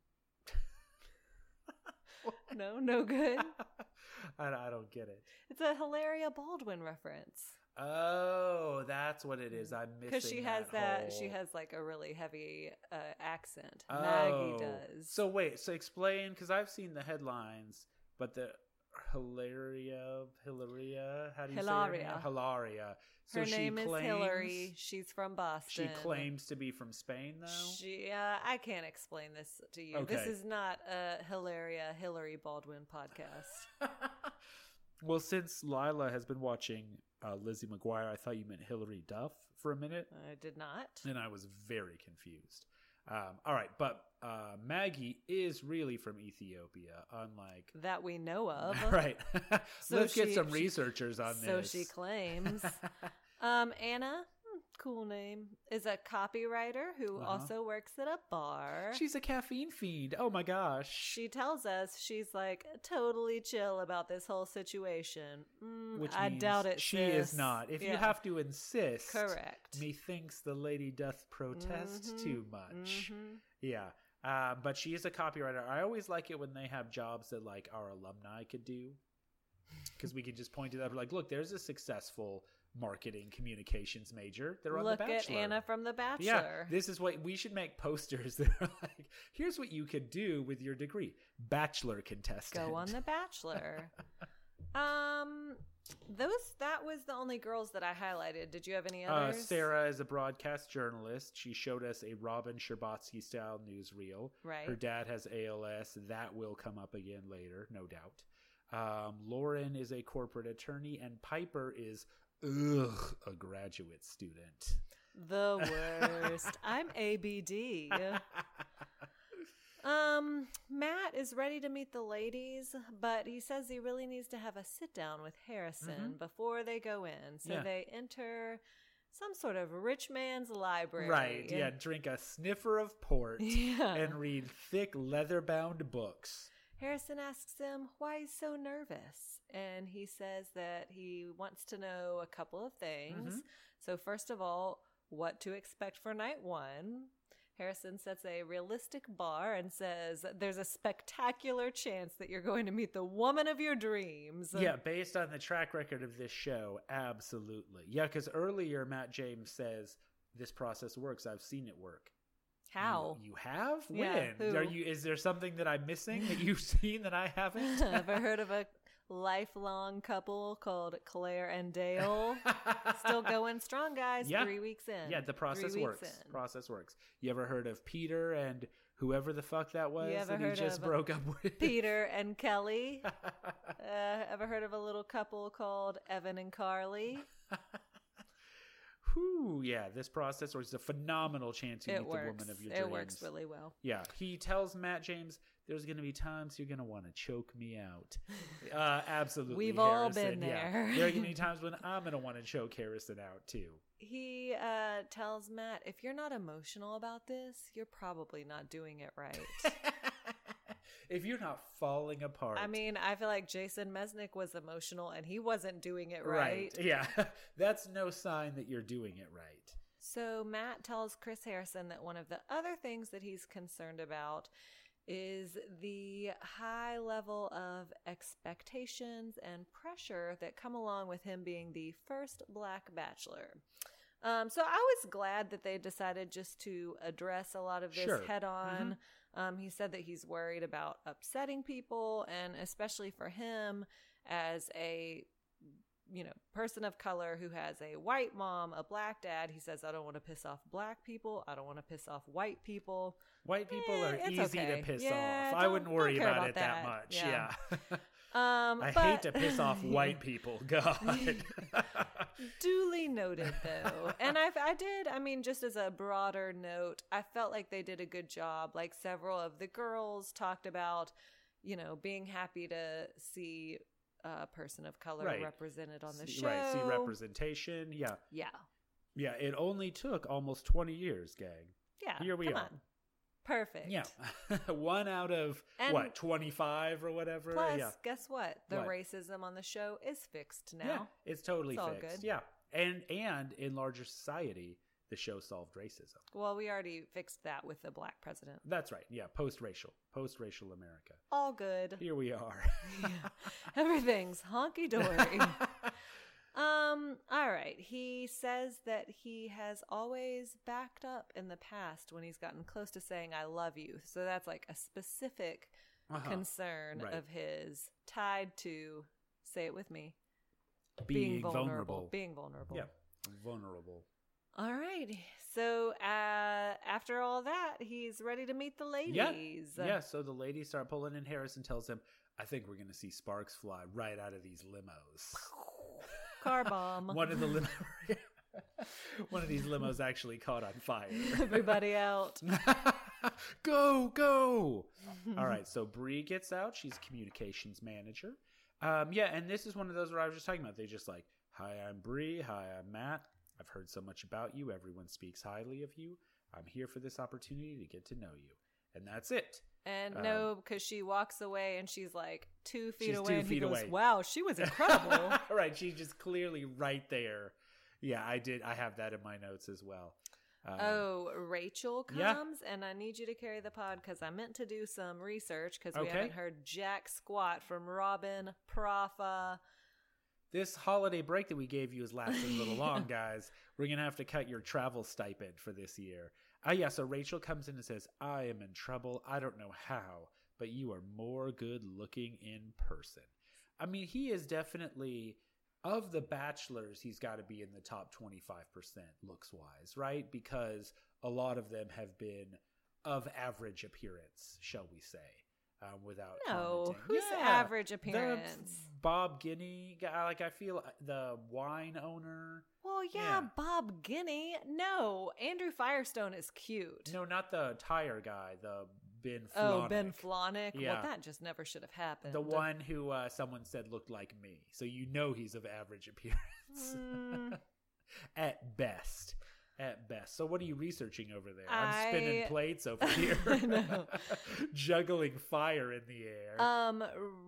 Speaker 2: no, no good.
Speaker 1: I, I don't get it.
Speaker 2: It's a Hilaria Baldwin reference
Speaker 1: Oh, that's what it is. I'm missing
Speaker 2: because Mm. she has that.
Speaker 1: that.
Speaker 2: she
Speaker 1: whole-
Speaker 2: has like a really heavy uh, accent. Maggie
Speaker 1: Oh.
Speaker 2: does.
Speaker 1: So wait, so explain because I've seen the headlines, but the Hilaria, Hilaria, how do you say her
Speaker 2: Hilaria.
Speaker 1: name? Hilaria. So
Speaker 2: her
Speaker 1: she
Speaker 2: name is
Speaker 1: claims-
Speaker 2: Hillary. She's from
Speaker 1: She
Speaker 2: Boston.
Speaker 1: claims to be from Spain, though.
Speaker 2: She, uh, I can't explain this to you. This
Speaker 1: Okay.
Speaker 2: is not a Hilaria Hillary Baldwin podcast.
Speaker 1: well, since Lila has been watching uh, Lizzie McGuire, I thought you meant Hillary Duff for a minute,
Speaker 2: I did not.
Speaker 1: and I was very confused. Um, all right, but uh, Maggie is really from Ethiopia, unlike
Speaker 2: That we know of.
Speaker 1: right.
Speaker 2: So
Speaker 1: Let's get
Speaker 2: she-
Speaker 1: some
Speaker 2: she-
Speaker 1: researchers on
Speaker 2: so
Speaker 1: this.
Speaker 2: she claims. um, Anna, hmm, cool name, is a copywriter who
Speaker 1: Uh-huh.
Speaker 2: also works at a bar.
Speaker 1: She's a caffeine fiend. Oh my gosh.
Speaker 2: she tells us she's like totally chill about this whole situation. Mm,
Speaker 1: Which
Speaker 2: I
Speaker 1: means
Speaker 2: doubt it.
Speaker 1: She
Speaker 2: sis.
Speaker 1: is not. If you
Speaker 2: Yeah.
Speaker 1: have to insist,
Speaker 2: correct,
Speaker 1: Methinks the lady doth protest
Speaker 2: Mhm,
Speaker 1: too much.
Speaker 2: Mhm.
Speaker 1: Yeah. Uh, but she is a copywriter. I always like it when they have jobs that like our alumni could do, because we can just point to that. Like, look, there's a successful marketing communications major. They're on
Speaker 2: Look
Speaker 1: the Bachelor.
Speaker 2: at Anna from The Bachelor.
Speaker 1: Yeah, this is what we should make posters that are like, here's what you could do with your degree, bachelor contestant. Uh,
Speaker 2: Go on The Bachelor. um, those that was the only girls that I highlighted. Did you have any
Speaker 1: Uh,
Speaker 2: others?
Speaker 1: Sarah is a broadcast journalist. She showed us a Robin Scherbatsky style newsreel.
Speaker 2: right?
Speaker 1: Her dad has ALS. That will come up again later, no doubt. Um, Lauren is a corporate attorney, and Piper is ugh, a graduate student.
Speaker 2: The worst. I'm ABD. Um, Matt is ready to meet the ladies, but he says he really needs to have a sit down with Harrison before they go in. So
Speaker 1: Mm-hmm. Yeah.
Speaker 2: they enter some sort of rich man's library.
Speaker 1: right? Yeah, drink a sniffer of port
Speaker 2: Yeah.
Speaker 1: and read thick leather-bound books.
Speaker 2: Harrison asks him why he's so nervous, and he says that he wants to know a couple of things.
Speaker 1: Mhm.
Speaker 2: So, first of all, what to expect for night one. Harrison sets a realistic bar and says, There's a spectacular chance that you're going to meet the woman of your dreams.
Speaker 1: yeah, based on the track record of this show, absolutely. Yeah, because earlier Matt James says this process works. I've seen it work.
Speaker 2: How?
Speaker 1: You, you have?
Speaker 2: Yeah,
Speaker 1: when?
Speaker 2: who?
Speaker 1: Are you is there something that I'm missing that you've seen that I haven't?
Speaker 2: Ever heard of a lifelong couple called Claire and Dale? Still going strong, guys.
Speaker 1: Yeah.
Speaker 2: Three weeks in.
Speaker 1: Yeah, the process
Speaker 2: Three
Speaker 1: works.
Speaker 2: weeks in.
Speaker 1: Process works. You ever heard of Peter and whoever the fuck that was
Speaker 2: ever
Speaker 1: that he
Speaker 2: heard
Speaker 1: just
Speaker 2: of uh,
Speaker 1: broke up with?
Speaker 2: Peter and Kelly. Uh, ever heard of a little couple called Evan and Carly?
Speaker 1: Whew, yeah, this process works. It's a phenomenal chance you
Speaker 2: it
Speaker 1: meet
Speaker 2: works.
Speaker 1: the woman of your
Speaker 2: it
Speaker 1: dreams.
Speaker 2: works really well.
Speaker 1: Yeah, he tells Matt James, "There's going to be times you're going to want to choke me out." Uh, absolutely,
Speaker 2: We've all
Speaker 1: Harrison,
Speaker 2: been
Speaker 1: yeah.
Speaker 2: there.
Speaker 1: there are going to be times when I'm going to want to choke Harrison out too.
Speaker 2: He uh, tells Matt, if you're not emotional about this, you're probably not doing it right.
Speaker 1: if you're not falling apart,
Speaker 2: I mean, I feel like Jason Mesnick was emotional and he wasn't doing it
Speaker 1: right?
Speaker 2: right.
Speaker 1: Yeah, that's no sign that you're doing it right.
Speaker 2: So Matt tells Chris Harrison that one of the other things that he's concerned about is the high level of expectations and pressure that come along with him being the first black bachelor. Um, so I was glad that they decided just to address a lot of this
Speaker 1: Sure.
Speaker 2: head on.
Speaker 1: Mm-hmm.
Speaker 2: Um, he said that he's worried about upsetting people, and especially for him as a you know, person of color who has a white mom, a black dad. He says, I don't want to piss off black people. I don't want to piss off white people.
Speaker 1: White people
Speaker 2: Eh,
Speaker 1: are
Speaker 2: it's
Speaker 1: easy
Speaker 2: okay.
Speaker 1: to piss
Speaker 2: Yeah,
Speaker 1: off. I
Speaker 2: don't-
Speaker 1: wouldn't
Speaker 2: don't
Speaker 1: worry
Speaker 2: care
Speaker 1: about,
Speaker 2: about
Speaker 1: it that,
Speaker 2: that.
Speaker 1: much. Yeah,
Speaker 2: Yeah. Um,
Speaker 1: I
Speaker 2: but-
Speaker 1: hate to piss off white people. God.
Speaker 2: Duly noted, though. and I, I did, I mean, just as a broader note, I felt like they did a good job. Like several of the girls talked about, you know, being happy to see a person of color
Speaker 1: Right.
Speaker 2: represented on the
Speaker 1: See-
Speaker 2: show.
Speaker 1: Right, see representation. Yeah.
Speaker 2: Yeah.
Speaker 1: Yeah, it only took almost 20 years, gang.
Speaker 2: Yeah.
Speaker 1: Here we
Speaker 2: come
Speaker 1: are.
Speaker 2: On. Perfect.
Speaker 1: Yeah. One out of
Speaker 2: And-
Speaker 1: what, 25 or whatever?
Speaker 2: Plus,
Speaker 1: yeah.
Speaker 2: guess what? The
Speaker 1: What?
Speaker 2: racism on the show is fixed now.
Speaker 1: Yeah, it's totally
Speaker 2: It's all
Speaker 1: fixed.
Speaker 2: good.
Speaker 1: Yeah. And and in larger society, the show solved racism.
Speaker 2: Well, we already fixed that with the black president.
Speaker 1: That's right. Yeah, post-racial. Post-racial America.
Speaker 2: All good.
Speaker 1: Here we are.
Speaker 2: Everything's honky dory.
Speaker 1: Uh-huh.
Speaker 2: um, all right. He says that he has always backed up in the past when he's gotten close to saying I love you. So that's like a specific
Speaker 1: Uh-huh.
Speaker 2: concern
Speaker 1: Right.
Speaker 2: of his tied to say it with me.
Speaker 1: Being,
Speaker 2: Being vulnerable.
Speaker 1: yeah. Vulnerable.
Speaker 2: All right. So uh, after all that, he's ready to meet the
Speaker 1: Yeah.
Speaker 2: ladies.
Speaker 1: Yeah, so the ladies start pulling and Harrison tells him, I think we're going to see sparks fly right out of these limos.
Speaker 2: Car bomb.
Speaker 1: One of the limo, one of these limos actually caught on fire.
Speaker 2: Everybody out.
Speaker 1: go, go! All right, so Bree gets out. She's communications manager. Um, yeah, and this is one of those where I was just talking about. They just like, hi, I'm Bree. Hi, I'm Matt. I've heard so much about you. Everyone speaks highly of you. I'm here for this opportunity to get to know you, and that's it.
Speaker 2: And
Speaker 1: Um,
Speaker 2: no, because she walks away and she's like two feet
Speaker 1: She's
Speaker 2: away.
Speaker 1: two
Speaker 2: and he
Speaker 1: feet
Speaker 2: goes,
Speaker 1: away. Uh-huh.
Speaker 2: wow, she was incredible.
Speaker 1: right, she's just clearly right there. Yeah, I did. I have that in my notes as well. Um,
Speaker 2: oh, Rachel
Speaker 1: yeah.
Speaker 2: comes and I need you to carry the pod because I meant to do some research because we
Speaker 1: Okay.
Speaker 2: haven't heard jack squat from Robin, Profa.
Speaker 1: This holiday break that we gave you is lasting a little long, guys. We're going to have to cut your travel stipend for this year. Ah, yeah, so Rachel comes in and says, I am in trouble. I don't know how, but you are more good looking in person. I mean, he is definitely, of the bachelors, he's got to be in the top 25% looks wise, right? Because a lot of them have been of average appearance, shall we say, um, without.
Speaker 2: No,
Speaker 1: commenting.
Speaker 2: who's
Speaker 1: Yeah.
Speaker 2: average
Speaker 1: The
Speaker 2: appearance?
Speaker 1: Bob Guinea guy. Like I feel the wine owner.
Speaker 2: Well, yeah,
Speaker 1: Yeah.
Speaker 2: Bob Guinea. No, Andrew Firestone is cute.
Speaker 1: No, not the tire guy. The Ben.
Speaker 2: oh, Ben
Speaker 1: Flonick.
Speaker 2: Flonick.
Speaker 1: Yeah.
Speaker 2: Well, that just never should have happened.
Speaker 1: The one who uh, someone said looked like me. So you know he's of average appearance
Speaker 2: Mm,
Speaker 1: at best. At best. So what are you researching over there? I'm
Speaker 2: I-
Speaker 1: spinning plates over here,
Speaker 2: I know.
Speaker 1: juggling fire in the air.
Speaker 2: um,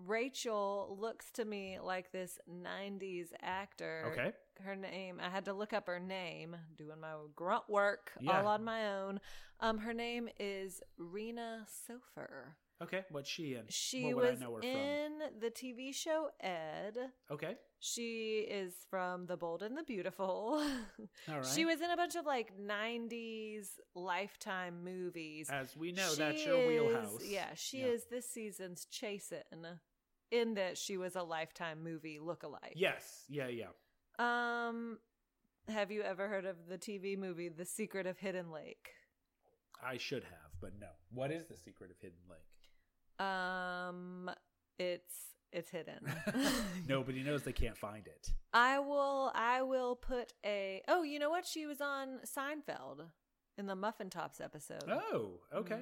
Speaker 2: Rachel looks to me like this '90s actor.
Speaker 1: okay.
Speaker 2: her name. I had to look up her name, doing my grunt work
Speaker 1: Yeah.
Speaker 2: all on my own. Um, her name is Rena Sofer.
Speaker 1: Okay. What's she in?
Speaker 2: She
Speaker 1: what would
Speaker 2: was
Speaker 1: I know her
Speaker 2: in the TV show Ed.
Speaker 1: from? Okay.
Speaker 2: She is from The Bold and the Beautiful.
Speaker 1: All right.
Speaker 2: She was in a bunch of like 90s lifetime movies.
Speaker 1: As we know,
Speaker 2: She
Speaker 1: that's your
Speaker 2: is-
Speaker 1: wheelhouse.
Speaker 2: Yeah, she
Speaker 1: Yeah.
Speaker 2: is this season's Chasin, in that she was a lifetime movie lookalike.
Speaker 1: Yes. Yeah. Yeah.
Speaker 2: Um, have you ever heard of the TV movie The Secret of Hidden Lake?
Speaker 1: I should have, but no. What is the secret of Hidden Lake?
Speaker 2: Um, it's it's hidden.
Speaker 1: Nobody knows. They can't find it.
Speaker 2: I will I will put a Oh, you know what? She was on Seinfeld in the Muffin Tops episode.
Speaker 1: Oh. Okay.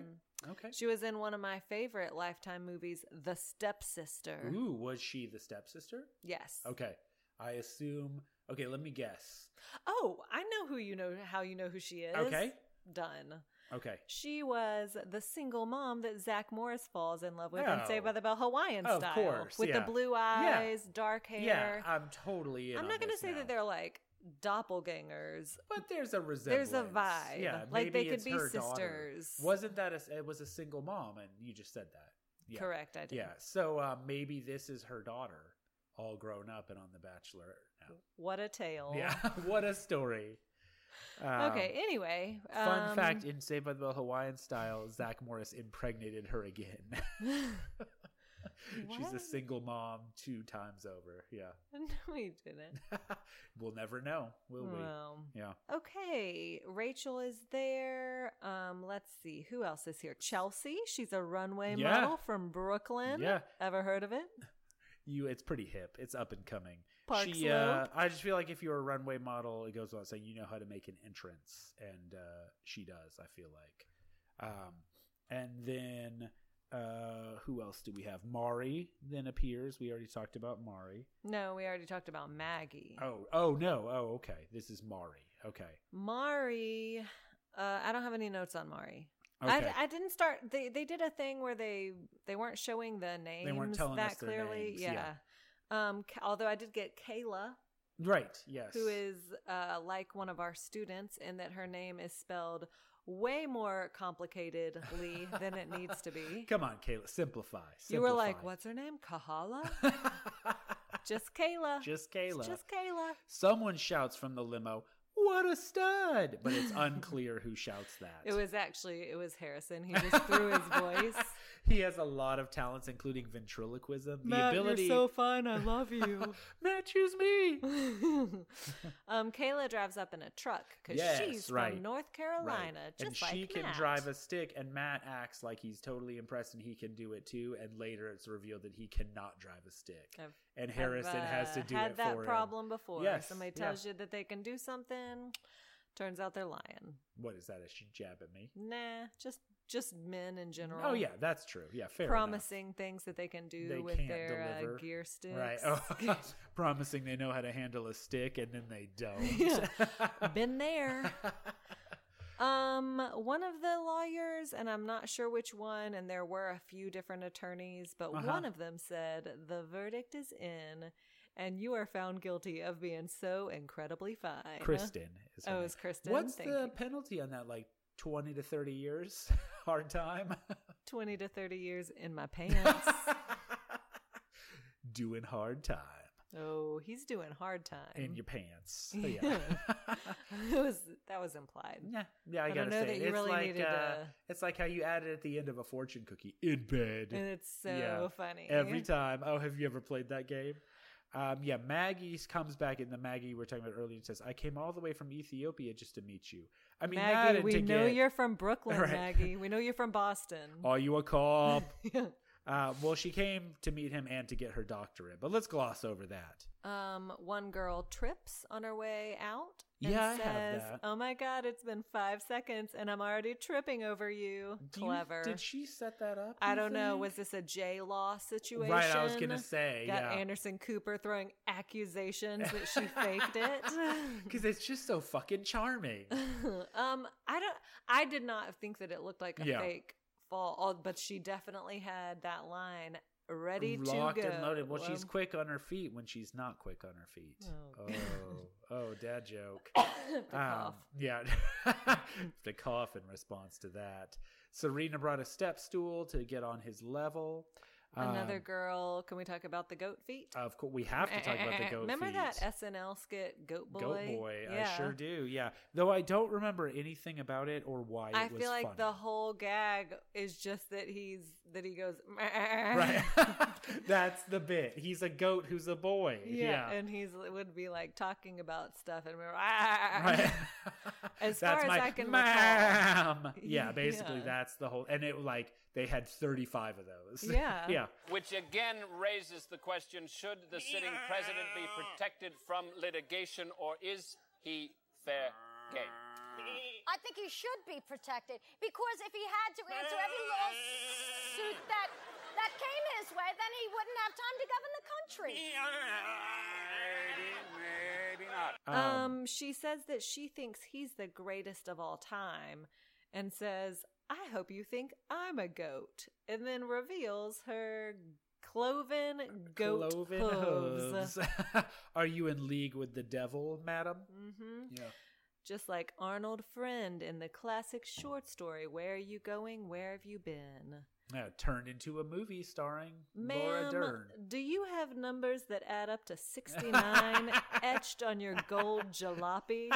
Speaker 2: Mm.
Speaker 1: Okay.
Speaker 2: She was in one of my favorite lifetime movies, The Stepsister.
Speaker 1: Ooh, was she the stepsister?
Speaker 2: Yes.
Speaker 1: Okay. I assume. Okay, let me guess.
Speaker 2: Oh, I know who you know how you know who she is.
Speaker 1: Okay.
Speaker 2: Done.
Speaker 1: Okay.
Speaker 2: She was the single mom that Zach Morris falls in love with and
Speaker 1: Oh.
Speaker 2: Saved by the Bell Hawaiian
Speaker 1: Of
Speaker 2: style.
Speaker 1: course,
Speaker 2: with
Speaker 1: yeah.
Speaker 2: the blue eyes, dark hair.
Speaker 1: Yeah, I'm totally in.
Speaker 2: I'm
Speaker 1: on
Speaker 2: not going to
Speaker 1: this
Speaker 2: say
Speaker 1: now.
Speaker 2: that they're like doppelgangers.
Speaker 1: But there's a resemblance.
Speaker 2: There's a vibe.
Speaker 1: Yeah,
Speaker 2: like they
Speaker 1: maybe
Speaker 2: could
Speaker 1: it's
Speaker 2: be
Speaker 1: her daughter.
Speaker 2: sisters.
Speaker 1: Wasn't that a, it was a single mom, and you just said that. Yeah.
Speaker 2: Correct, I did.
Speaker 1: Yeah. So uh, maybe this is her daughter, all grown up and on The Bachelor now.
Speaker 2: What a tale.
Speaker 1: Yeah. what a story. Um,
Speaker 2: Okay, anyway.
Speaker 1: Fun
Speaker 2: um,
Speaker 1: fact: In Saved by the Bell Hawaiian Style, Zach Morris impregnated her again. She's a
Speaker 2: um, What?
Speaker 1: single mom two times over. Yeah,
Speaker 2: No, he didn't.
Speaker 1: we'll never know, will we?
Speaker 2: Well,
Speaker 1: Yeah.
Speaker 2: okay, Rachel is there. Um, let's see who else is here. Chelsea, she's a runway
Speaker 1: Yeah.
Speaker 2: model from Brooklyn.
Speaker 1: Yeah.
Speaker 2: ever heard of it?
Speaker 1: You, it's pretty hip. It's up and coming.
Speaker 2: Park
Speaker 1: she, uh, I just feel like if you're a runway model, it goes without saying you know how to make an entrance, and uh, she does. I feel like, um, and then uh, who else do we have? Mari then appears. We already talked about Mari.
Speaker 2: No, we already talked about Maggie.
Speaker 1: Oh, oh no, oh okay. This is Mari. Okay,
Speaker 2: Mari. Uh, I don't have any notes on Mari.
Speaker 1: okay.
Speaker 2: I, I didn't start. They they did a thing where they they weren't showing the names
Speaker 1: telling
Speaker 2: that
Speaker 1: us their
Speaker 2: clearly.
Speaker 1: names,
Speaker 2: yeah.
Speaker 1: yeah.
Speaker 2: Um. K- Although I did get Kayla,
Speaker 1: right. Yes.
Speaker 2: who is uh, like one of our students, in that her name is spelled way more complicatedly than it needs to be.
Speaker 1: Come on, Kayla, simplify.
Speaker 2: you were like,
Speaker 1: simplify.
Speaker 2: "What's her name? Kahala? Just Kayla?
Speaker 1: Just
Speaker 2: It's
Speaker 1: Kayla.
Speaker 2: Just Kayla?"
Speaker 1: Someone shouts from the limo, "What a stud!" But it's unclear who shouts that.
Speaker 2: It was actually it was Harrison. He just threw his voice.
Speaker 1: He has a lot of talents, including ventriloquism, the ability.
Speaker 2: fine. I love you.
Speaker 1: Matt, choose me.
Speaker 2: um, Kayla drives up in a truck because
Speaker 1: Yes,
Speaker 2: she's
Speaker 1: right.
Speaker 2: from North
Speaker 1: Right.
Speaker 2: Carolina,
Speaker 1: and
Speaker 2: just like
Speaker 1: she can
Speaker 2: Matt.
Speaker 1: drive a stick, and Matt acts like he's totally impressed and he can do it too. And later, it's revealed that he cannot drive a stick,
Speaker 2: I've-
Speaker 1: and Harrison
Speaker 2: I've,
Speaker 1: has
Speaker 2: uh,
Speaker 1: to do
Speaker 2: had
Speaker 1: it
Speaker 2: that
Speaker 1: for him.
Speaker 2: problem before.
Speaker 1: Yes,
Speaker 2: Somebody
Speaker 1: yeah.
Speaker 2: tells you that they can do something, turns out they're lying.
Speaker 1: What is that? A sh- jab at me?
Speaker 2: Nah, just just men in general.
Speaker 1: Oh yeah, that's true. Yeah, fair. enough.
Speaker 2: promising things that they can do
Speaker 1: They
Speaker 2: with
Speaker 1: can't
Speaker 2: their
Speaker 1: deliver.
Speaker 2: uh, gear sticks.
Speaker 1: Right. Oh, promising they know how to handle a stick and then they don't. Oh.
Speaker 2: Yeah. Been there. Um, one of the lawyers, and I'm not sure which one, and there were a few different attorneys, but
Speaker 1: Uh-huh.
Speaker 2: one of them said, The verdict is in, and you are found guilty of being so incredibly fine.
Speaker 1: Kristen is her
Speaker 2: Oh,
Speaker 1: name.
Speaker 2: it's Kristen.
Speaker 1: What's
Speaker 2: Thank
Speaker 1: the
Speaker 2: you.
Speaker 1: penalty on that? Like 20 to 30 years? Hard time?
Speaker 2: 20 to 30 years in my pants.
Speaker 1: Doing hard time
Speaker 2: oh, he's doing hard time.
Speaker 1: in your pants. So, yeah.
Speaker 2: it was, that was implied.
Speaker 1: yeah, yeah, I,
Speaker 2: I don't
Speaker 1: gotta
Speaker 2: know
Speaker 1: say,
Speaker 2: that you
Speaker 1: it's
Speaker 2: really
Speaker 1: like
Speaker 2: needed
Speaker 1: uh,
Speaker 2: to-
Speaker 1: it's like how you added at the end of a fortune cookie in bed.
Speaker 2: And it's so
Speaker 1: Yeah.
Speaker 2: funny.
Speaker 1: Every time. Oh, have you ever played that game? Um, yeah, Maggie comes back in the Maggie we were talking about earlier and says, I came all the way from Ethiopia just to meet you. I mean, that
Speaker 2: Maggie,
Speaker 1: and
Speaker 2: we
Speaker 1: to
Speaker 2: know
Speaker 1: get,
Speaker 2: you're from Brooklyn,
Speaker 1: Right.
Speaker 2: Maggie. We know you're from Boston.
Speaker 1: Are you a cop? uh, well, she came to meet him and to get her doctorate, but let's gloss over that.
Speaker 2: Um, one girl trips on her way out. And
Speaker 1: Yeah, I
Speaker 2: says,
Speaker 1: have that.
Speaker 2: Oh my god, it's been five seconds and I'm already tripping over you.
Speaker 1: Do you-
Speaker 2: Clever.
Speaker 1: did she set that up?
Speaker 2: I
Speaker 1: you
Speaker 2: don't know.
Speaker 1: think?
Speaker 2: Was this a J Law situation?
Speaker 1: right. I was gonna say,
Speaker 2: Got
Speaker 1: yeah,
Speaker 2: Anderson Cooper throwing accusations that she faked it.
Speaker 1: because it's just so fucking charming.
Speaker 2: um, I don't. I did not think that it looked like a
Speaker 1: Yeah.
Speaker 2: fake fall, oh, but she definitely had that line ready
Speaker 1: Locked
Speaker 2: to go.
Speaker 1: and loaded. Well, she's
Speaker 2: Um,
Speaker 1: quick on her feet when she's not quick on her feet.
Speaker 2: Oh,
Speaker 1: Oh, oh, dad joke. Um,
Speaker 2: have to cough.
Speaker 1: Yeah. to cough in response to that. Serena brought a step stool to get on his level.
Speaker 2: Another
Speaker 1: Um,
Speaker 2: girl. Can we talk about the goat feet? Eh,
Speaker 1: Of course, we have to talk about the goat.
Speaker 2: Remember
Speaker 1: feet.
Speaker 2: that SNL skit, Goat Boy?
Speaker 1: Goat Boy. I sure do. Yeah. Though I don't remember anything about it or why
Speaker 2: I
Speaker 1: it was
Speaker 2: feel like
Speaker 1: funny.
Speaker 2: the whole gag is just that he's that he goes eh,
Speaker 1: Right. That's the bit. He's a goat who's a boy.
Speaker 2: yeah,
Speaker 1: Yeah.
Speaker 2: and he's would be like talking about stuff and we're
Speaker 1: Right.
Speaker 2: As
Speaker 1: that's
Speaker 2: far as
Speaker 1: my
Speaker 2: I can
Speaker 1: ma'am. Yeah,
Speaker 2: Yeah.
Speaker 1: basically that's the whole and it like they had 35 of those.
Speaker 2: Yeah.
Speaker 1: yeah.
Speaker 4: Which again raises the question should the sitting president be protected from litigation or is he fair game?
Speaker 3: I think he should be protected because if he had to answer every lawsuit that that came his way, then he wouldn't have time to govern the country.
Speaker 4: Maybe not.
Speaker 2: um, she says that she thinks he's the greatest of all time and says, I hope you think I'm a goat. And then reveals her cloven goat
Speaker 1: Cloven
Speaker 2: hooves.
Speaker 1: hooves. Are you in league with the devil, madam?
Speaker 2: hmm
Speaker 1: Yeah.
Speaker 2: Just like Arnold Friend in the classic short story, Where Are You Going? Where Have You Been?
Speaker 1: Yeah, turned into a movie starring Laura
Speaker 2: Ma'am,
Speaker 1: Dern.
Speaker 2: do you have numbers that add up to 69 etched on your gold jalopy?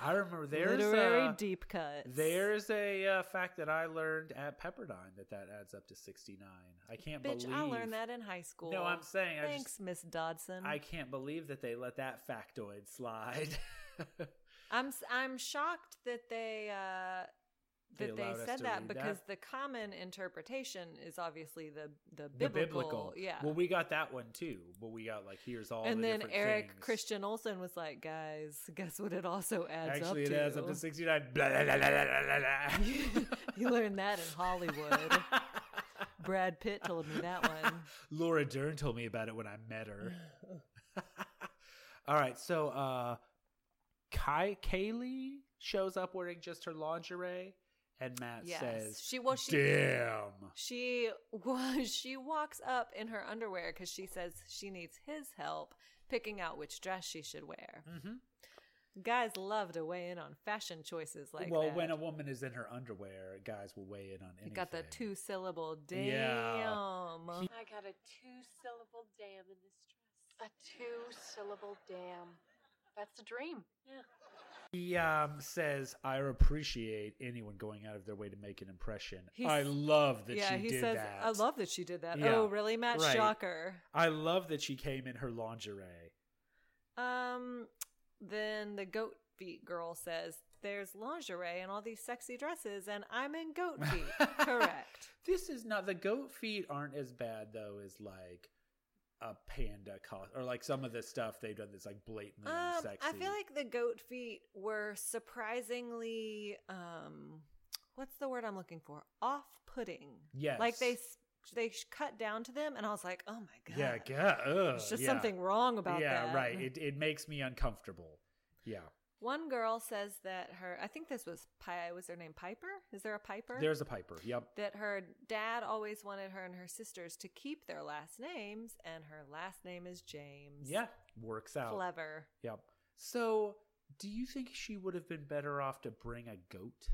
Speaker 1: I remember there's
Speaker 2: Literary
Speaker 1: a,
Speaker 2: deep cuts.
Speaker 1: There's a uh, fact that I learned at Pepperdine that that adds up to 69. I can't
Speaker 2: Bitch,
Speaker 1: believe
Speaker 2: I learned that in high school.
Speaker 1: No, I'm saying I
Speaker 2: Thanks,
Speaker 1: just
Speaker 2: Miss Dodson.
Speaker 1: I can't believe that they let that factoid slide.
Speaker 2: I'm s- I'm shocked that they uh,
Speaker 1: They
Speaker 2: that they,
Speaker 1: allowed us
Speaker 2: said
Speaker 1: to
Speaker 2: that
Speaker 1: read
Speaker 2: because
Speaker 1: that?
Speaker 2: the common interpretation is obviously the the
Speaker 1: the
Speaker 2: biblical,
Speaker 1: biblical.
Speaker 2: yeah.
Speaker 1: Well, we got that one too, but we got like here's all
Speaker 2: and
Speaker 1: the
Speaker 2: then
Speaker 1: different
Speaker 2: Eric
Speaker 1: things.
Speaker 2: Christian Olsen was like, "Guys, guess what? It also adds
Speaker 1: Actually,
Speaker 2: up
Speaker 1: it
Speaker 2: to."
Speaker 1: adds up to 69. Blah, blah, blah, blah, blah, blah,
Speaker 2: you learned that in Hollywood. Brad Pitt told me that one.
Speaker 1: blah. Laura Dern told me about it when I met her. all right, so uh Kai Kaylee shows up wearing just her lingerie and Matt
Speaker 2: Yes,
Speaker 1: says
Speaker 2: she well she
Speaker 1: Damn.
Speaker 2: She was she walks up in her underwear because she says she needs his help picking out which dress she should wear.
Speaker 1: Mhm.
Speaker 2: Guys love to weigh in on fashion choices like
Speaker 1: well,
Speaker 2: that.
Speaker 1: when a woman is in her underwear, guys will weigh in on anything.
Speaker 2: You got the two syllable damn.
Speaker 1: Yeah.
Speaker 5: I got a two syllable damn in this dress. A two syllable damn. That's a dream. Yeah.
Speaker 1: He um, says, "I appreciate anyone going out of their way to make an impression.
Speaker 2: He's-
Speaker 1: I love that
Speaker 2: yeah,
Speaker 1: she
Speaker 2: he
Speaker 1: did
Speaker 2: says,
Speaker 1: that.
Speaker 2: "I love that she did that."
Speaker 1: Yeah.
Speaker 2: Oh, really, Matt?
Speaker 1: Right.
Speaker 2: Shocker.
Speaker 1: I love that she came in her lingerie.
Speaker 2: Um, then the goat feet girl says, "There's lingerie and all these sexy dresses, and I'm in goat feet." Correct.
Speaker 1: This is not the goat feet aren't as bad though as like a panda cost or like some of the stuff they've done that's like blatantly
Speaker 2: Um,
Speaker 1: sexy.
Speaker 2: I feel like the goat feet were surprisingly, um, what's the word I'm looking for? Off-putting. Like they
Speaker 1: Yes.
Speaker 2: s- they sh- cut down to them, and I was like, oh my god,
Speaker 1: yeah, yeah, ugh,
Speaker 2: there's just
Speaker 1: yeah.
Speaker 2: something wrong about
Speaker 1: yeah,
Speaker 2: that.
Speaker 1: right. It it makes me uncomfortable. Yeah,
Speaker 2: One girl says that her, I think this was Pi. Was her name Piper? Is there a Piper?
Speaker 1: there's a Piper. Yep.
Speaker 2: that her dad always wanted her and her sisters to keep their last names, and her last name is James.
Speaker 1: Yeah, works out.
Speaker 2: Clever.
Speaker 1: Yep. So, do you think she would have been better off to bring a goat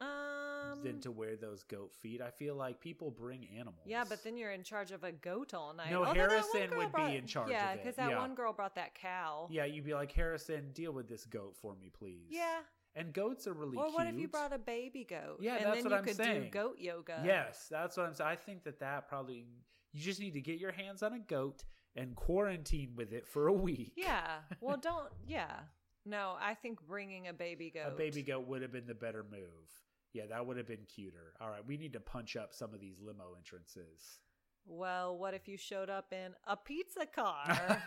Speaker 2: Um,
Speaker 1: than to wear those goat feet? I feel like people bring animals.
Speaker 2: Yeah, but then you're in charge of a goat all night.
Speaker 1: No,
Speaker 2: Although that one
Speaker 1: Harrison
Speaker 2: girl
Speaker 1: would be
Speaker 2: brought-
Speaker 1: in charge of
Speaker 2: Yeah,
Speaker 1: it.
Speaker 2: that
Speaker 1: Yeah.
Speaker 2: one girl brought that cow.
Speaker 1: yeah, you'd be like Harrison, deal with this goat for me, please.
Speaker 2: Yeah.
Speaker 1: And goats are really.
Speaker 2: or what if you
Speaker 1: cute.
Speaker 2: brought a baby goat?
Speaker 1: Yeah,
Speaker 2: and
Speaker 1: that's
Speaker 2: then
Speaker 1: what
Speaker 2: you
Speaker 1: I'm
Speaker 2: could do
Speaker 1: saying.
Speaker 2: goat yoga.
Speaker 1: Yes, that's what I'm saying. I think that that probably you just need to get your hands on a goat and quarantine with it for a week.
Speaker 2: Yeah. Well, don't. Yeah. No, I think bringing a baby goat.
Speaker 1: A baby goat would have been the better move. Yeah, that would have been cuter. All right, we need to punch up some of these limo entrances.
Speaker 2: Well, what if you showed up in a pizza car?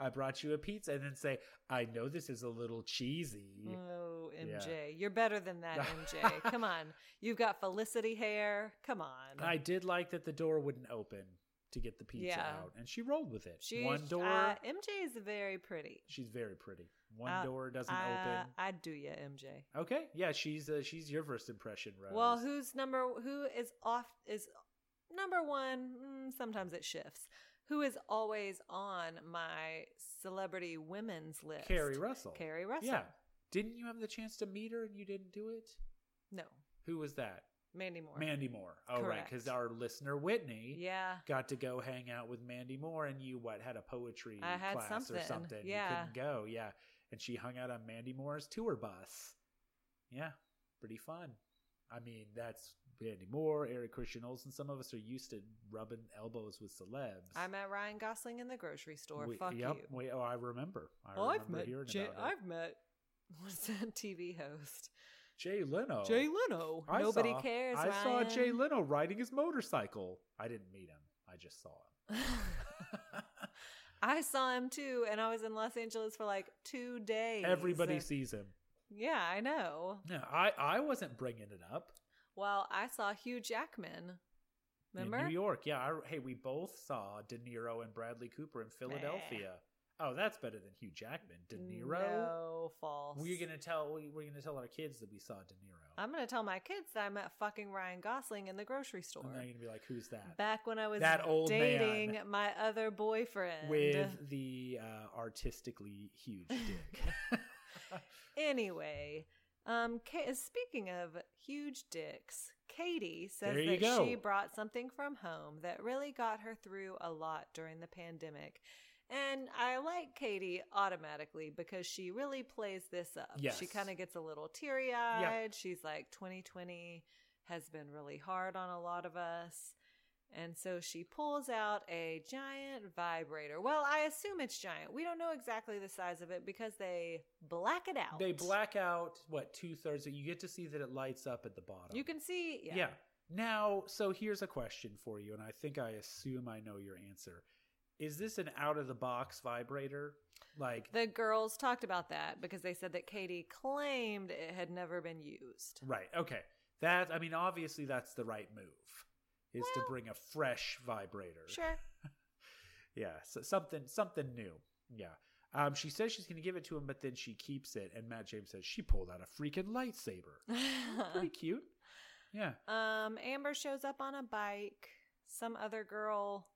Speaker 1: I brought you a pizza and then say, I know this is a little cheesy.
Speaker 2: Oh,
Speaker 1: Yeah.
Speaker 2: MJ. You're better than that, MJ. Come on. You've got Felicity hair. Come on.
Speaker 1: I did like that the door wouldn't open to get the pizza
Speaker 2: Yeah.
Speaker 1: out, and she rolled with it.
Speaker 2: She's,
Speaker 1: One door,
Speaker 2: Uh, MJ is very pretty.
Speaker 1: she's very pretty. One
Speaker 2: Uh,
Speaker 1: door doesn't
Speaker 2: I-
Speaker 1: open.
Speaker 2: I do ya, MJ.
Speaker 1: Okay, yeah, she's uh, she's your first impression, Rose.
Speaker 2: Well, who's number who is off is number one? Mm, sometimes it shifts. Who is always on my celebrity women's list?
Speaker 1: Carrie Russell.
Speaker 2: Carrie Russell.
Speaker 1: Yeah, didn't you have the chance to meet her and you didn't do it?
Speaker 2: No,
Speaker 1: Who was that?
Speaker 2: Mandy Moore.
Speaker 1: Mandy Moore. Oh, right.
Speaker 2: Correct.
Speaker 1: Because our listener, Whitney,
Speaker 2: Yeah.
Speaker 1: got to go hang out with Mandy Moore, and you, what, had a poetry
Speaker 2: I had
Speaker 1: class or
Speaker 2: something,
Speaker 1: something.
Speaker 2: yeah.
Speaker 1: You couldn't go. Yeah. And she hung out on Mandy Moore's tour bus. Yeah. Pretty fun. I mean, that's Mandy Moore, Eric Christian Olsen. Some of us are used to rubbing elbows with celebs.
Speaker 2: I met Ryan Gosling in the grocery store.
Speaker 1: We-
Speaker 2: Fuck
Speaker 1: yep,
Speaker 2: you.
Speaker 1: We, oh, I remember. I
Speaker 2: I've
Speaker 1: remember
Speaker 2: met
Speaker 1: hearing
Speaker 2: Jay.
Speaker 1: about it.
Speaker 2: I've met what's that TV host?
Speaker 1: Jay Leno.
Speaker 2: Jay Leno.
Speaker 1: Oh. I
Speaker 2: Nobody
Speaker 1: saw-
Speaker 2: cares.
Speaker 1: I saw Jay
Speaker 2: Ryan.
Speaker 1: Leno riding his motorcycle. I didn't meet him. I just saw him.
Speaker 2: I saw him too, and I was in Los Angeles for like two days.
Speaker 1: Everybody sees him.
Speaker 2: Yeah, I know.
Speaker 1: No, I, I wasn't bringing it up.
Speaker 2: Well, I saw Hugh Jackman. Remember?
Speaker 1: In New York. Yeah. I, hey, we both saw De Niro and Bradley Cooper in Philadelphia. Oh, that's better than Hugh Jackman. De Niro?
Speaker 2: No, false.
Speaker 1: We're gonna tell we- we're gonna tell our kids that we saw De Niro.
Speaker 2: I'm gonna tell my kids that I met fucking Ryan Gosling in the grocery store.
Speaker 1: and they're gonna be like, "Who's that?"
Speaker 2: Back when I was
Speaker 1: That old
Speaker 2: dating
Speaker 1: man.
Speaker 2: my other boyfriend.
Speaker 1: With the uh, artistically huge dick.
Speaker 2: Anyway, um, Ka- speaking of huge dicks, Katie says
Speaker 1: There you
Speaker 2: that
Speaker 1: go.
Speaker 2: she brought something from home that really got her through a lot during the pandemic. And I like Katie automatically because she really plays this up.
Speaker 1: Yes.
Speaker 2: She kind of gets a little teary eyed. She's like, 2020 has been really hard on a lot of us. And so she pulls out a giant vibrator. Well, I assume it's giant. We don't know exactly the size of it because they black it out.
Speaker 1: They black out what two thirds. You get to see that it lights up at the bottom.
Speaker 2: You can see. Yeah.
Speaker 1: yeah. Now, so here's a question for you, and I think I assume I know your answer. Is this an out of the box vibrator? Like,
Speaker 2: The girls talked about that because they said that Katie claimed it had never been used.
Speaker 1: right? Okay, that I mean, obviously that's the right move, is to
Speaker 2: Well-
Speaker 1: bring a fresh vibrator.
Speaker 2: Sure.
Speaker 1: Yeah, so something something new. Yeah. Um, she says she's going to give it to him, but then she keeps it, and Matt James says she pulled out a freaking lightsaber. Pretty cute. Yeah.
Speaker 2: um, Amber shows up on a bike. Some other girl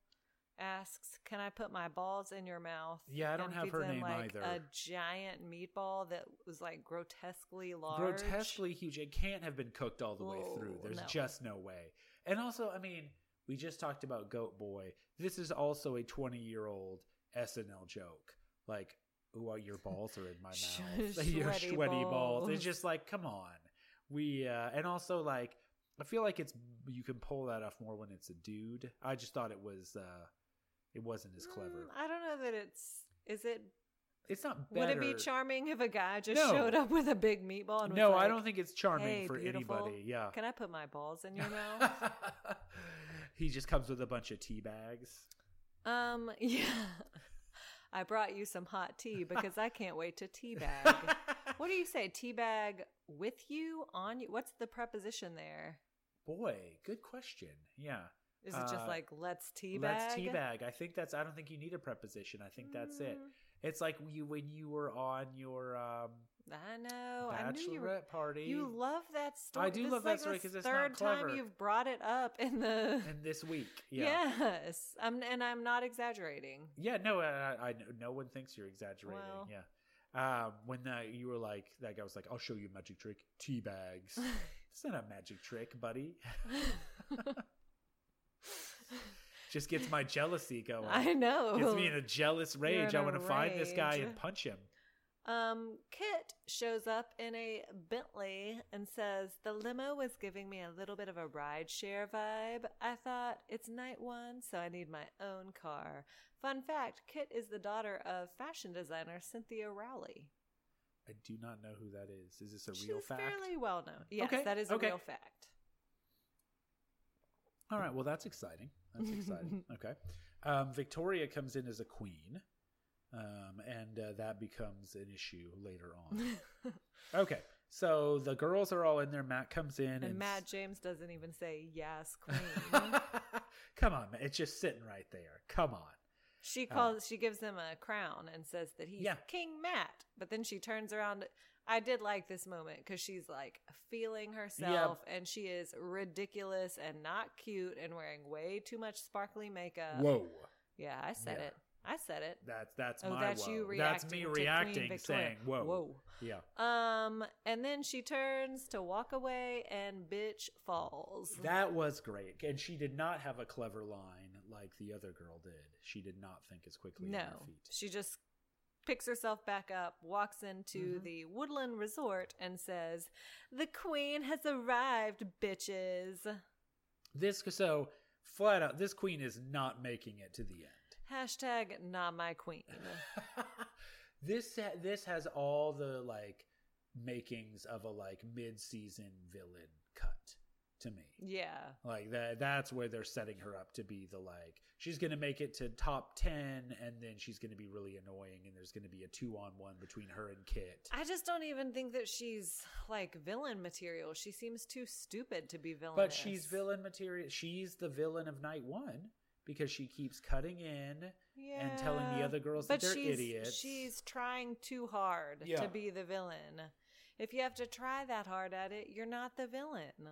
Speaker 2: asks, "Can I put my balls in your mouth?"
Speaker 1: Yeah, I don't
Speaker 2: And
Speaker 1: have
Speaker 2: feeds
Speaker 1: her
Speaker 2: them,
Speaker 1: name
Speaker 2: like,
Speaker 1: either.
Speaker 2: A giant meatball that was like grotesquely large.
Speaker 1: grotesquely huge. It can't have been cooked all the way through.
Speaker 2: Oh,
Speaker 1: There's
Speaker 2: no.
Speaker 1: just no way. And also, I mean, we just talked about Goat Boy. This is also a 20 year old SNL joke. Like, well, your balls are in my mouth. your
Speaker 2: Sweaty
Speaker 1: sweaty balls.
Speaker 2: balls.
Speaker 1: It's just like, come on. We uh, and also like, I feel like it's you can pull that off more when it's a dude. I just thought it was uh, it wasn't as clever.
Speaker 2: Mm, I don't know that it's. Is it?
Speaker 1: It's not better.
Speaker 2: Would it be charming if a guy just
Speaker 1: No.
Speaker 2: showed up with a big meatball? And was
Speaker 1: No, I
Speaker 2: like,
Speaker 1: don't think it's charming
Speaker 2: "Hey,
Speaker 1: for
Speaker 2: beautiful,
Speaker 1: anybody. Yeah.
Speaker 2: Can I put my balls in your mouth?
Speaker 1: he just comes with a bunch of tea bags.
Speaker 2: um. Yeah. I brought you some hot tea because I can't wait to teabag. what do you say? Teabag with you on you? What's the preposition there?
Speaker 1: Boy, good question. Yeah.
Speaker 2: Is it just
Speaker 1: Uh,
Speaker 2: like let's teabag?
Speaker 1: Let's teabag. I think that's. I don't think you need a preposition. I think that's it.
Speaker 2: Mm.
Speaker 1: It's like you when you were on your um,
Speaker 2: I know. Oh, I knew you were.
Speaker 1: bachelorette party.
Speaker 2: You love that story.
Speaker 1: I do
Speaker 2: This
Speaker 1: love
Speaker 2: is
Speaker 1: that
Speaker 2: like
Speaker 1: story
Speaker 2: the
Speaker 1: 'cause it's not
Speaker 2: third
Speaker 1: clever.
Speaker 2: time you've brought it up in the.
Speaker 1: and this week, yeah,
Speaker 2: Yes, I'm, and I'm not exaggerating.
Speaker 1: Yeah, No, I, I know- no one thinks you're exaggerating.
Speaker 2: Well.
Speaker 1: Yeah. Um, when that you were like that guy was like, "I'll show you a magic trick, tea bags." it's not a magic trick, buddy. Just gets my jealousy going.
Speaker 2: I know.
Speaker 1: Gets Oh, me in a jealous rage.
Speaker 2: in
Speaker 1: I
Speaker 2: a
Speaker 1: want to find this guy
Speaker 2: rage.
Speaker 1: and punch him.
Speaker 2: Um, Kit shows up in a Bentley and says, The limo was giving me a little bit of a rideshare vibe. I thought, it's night one, so I need my own car. Fun fact Kit is the daughter of fashion designer Cynthia Rowley.
Speaker 1: I do not know who that is. Is this a
Speaker 2: She's
Speaker 1: real fact?
Speaker 2: fairly well known. Yes,
Speaker 1: Okay,
Speaker 2: that is a
Speaker 1: okay.
Speaker 2: real fact.
Speaker 1: All right. Well, that's exciting. That's exciting. okay. Um, Victoria comes in as a queen, um, and uh, that becomes an issue later on. okay. So the girls are all in there. Matt comes in and,
Speaker 2: And Matt James doesn't even say, Yes, Queen.
Speaker 1: Come on, man. It's just sitting right there. Come on.
Speaker 2: She calls. she gives him a crown and says that he's
Speaker 1: Uh, Yeah.
Speaker 2: King Matt. But then she turns around. I did like this moment because she's like feeling herself, and she is ridiculous and not cute, and wearing way too much sparkly makeup.
Speaker 1: Whoa.
Speaker 2: Yeah, I said
Speaker 1: Yeah.
Speaker 2: it. I said it.
Speaker 1: That's that's
Speaker 2: Oh,
Speaker 1: my
Speaker 2: that's
Speaker 1: whoa.
Speaker 2: you
Speaker 1: that's
Speaker 2: reacting.
Speaker 1: me
Speaker 2: to Queen
Speaker 1: reacting,
Speaker 2: Victoria.
Speaker 1: saying whoa,
Speaker 2: Whoa.
Speaker 1: yeah.
Speaker 2: Um, and then she turns to walk away, and bitch falls.
Speaker 1: That was great, and she did not have a clever line like the other girl did. She did not think as quickly on
Speaker 2: no,
Speaker 1: her feet.
Speaker 2: she just picks herself back up, walks into
Speaker 1: Mm-hmm.
Speaker 2: the woodland resort, and says, "The queen has arrived, bitches."
Speaker 1: This so flat out. This queen is not making it to the end.
Speaker 2: Hashtag not my queen.
Speaker 1: this ha- this has all the like makings of a like mid-season villain cut to me.
Speaker 2: yeah.
Speaker 1: Like that that's where they're setting her up to be the like she's going to make it to top 10 and then she's going to be really annoying and there's going to be a 2 on 1 between her and Kit.
Speaker 2: I just don't even think that she's like villain material. She seems too stupid to be villainous.
Speaker 1: But she's villain material. She's the villain of night 1 because she keeps cutting in and telling the
Speaker 2: Yeah.
Speaker 1: other girls
Speaker 2: but
Speaker 1: that they're
Speaker 2: she's,
Speaker 1: idiots.
Speaker 2: She's trying too hard
Speaker 1: Yeah.
Speaker 2: to be the villain. If you have to try that hard at it, you're not the villain.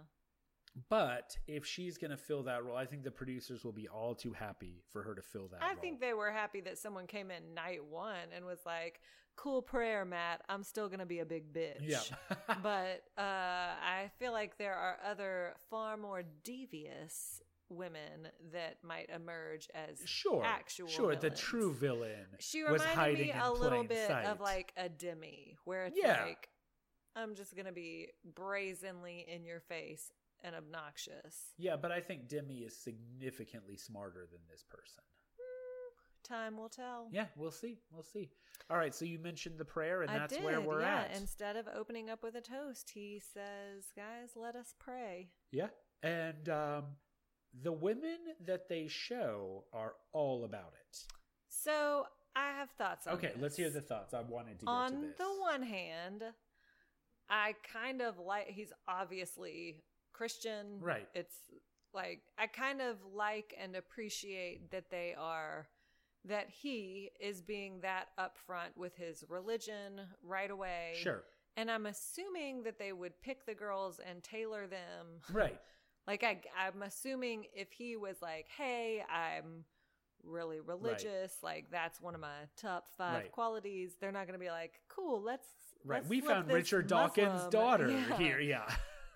Speaker 1: But if she's going to fill that role, I think the producers will be all too happy for her to fill that
Speaker 2: I
Speaker 1: role.
Speaker 2: think they were happy that someone came in night one and was like, "Cool prayer, Matt. I'm still gonna be a big bitch."
Speaker 1: Yeah.
Speaker 2: but uh, I feel like there are other far more devious women that might emerge as
Speaker 1: sure.
Speaker 2: actual
Speaker 1: Sure, the
Speaker 2: villains.
Speaker 1: true villain
Speaker 2: She
Speaker 1: was
Speaker 2: reminded
Speaker 1: hiding
Speaker 2: me
Speaker 1: in
Speaker 2: a little
Speaker 1: plain
Speaker 2: bit
Speaker 1: sight.
Speaker 2: of like a Demi, where it's
Speaker 1: Yeah.
Speaker 2: like, I'm just gonna be brazenly in your face and obnoxious.
Speaker 1: Yeah, but I think Demi is significantly smarter than this person.
Speaker 2: Hmm, Time will tell.
Speaker 1: Yeah, we'll see. We'll see. All right, so you mentioned the prayer, and
Speaker 2: I
Speaker 1: that's
Speaker 2: did,
Speaker 1: where we're
Speaker 2: yeah.
Speaker 1: at.
Speaker 2: Instead of opening up with a toast, he says, "Guys, let us pray."
Speaker 1: Yeah, and um, the women that they show are all about it.
Speaker 2: So I have thoughts. on
Speaker 1: Okay, let's hear
Speaker 2: this.
Speaker 1: the thoughts. I wanted to
Speaker 2: on
Speaker 1: get to this.
Speaker 2: the one hand i kind of like he's obviously christian
Speaker 1: Right.
Speaker 2: it's like i kind of like and appreciate that they are that he is being that upfront with his religion right away
Speaker 1: Sure.
Speaker 2: and i'm assuming that they would pick the girls and tailor them
Speaker 1: Right.
Speaker 2: like I, I'm assuming if he was like, "Hey, I'm really religious. Like that's one of my top five
Speaker 1: Right.
Speaker 2: qualities," they're not going to be like, "Cool, let's."
Speaker 1: Right.
Speaker 2: let's
Speaker 1: we
Speaker 2: flip
Speaker 1: found
Speaker 2: this
Speaker 1: Richard Dawkins'
Speaker 2: Muslim."
Speaker 1: daughter
Speaker 2: Yeah.
Speaker 1: here. Yeah.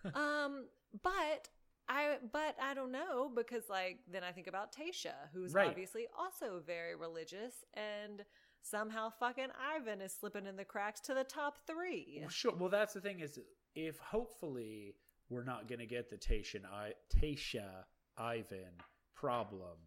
Speaker 2: um, but I, but I don't know because like then I think about Tasha, who's
Speaker 1: Right.
Speaker 2: obviously also very religious, and somehow fucking Ivan is slipping in the cracks to the top three.
Speaker 1: Well, Sure. Well, that's the thing is, if hopefully we're not going to get the Tasha, I- Tasha Ivan problem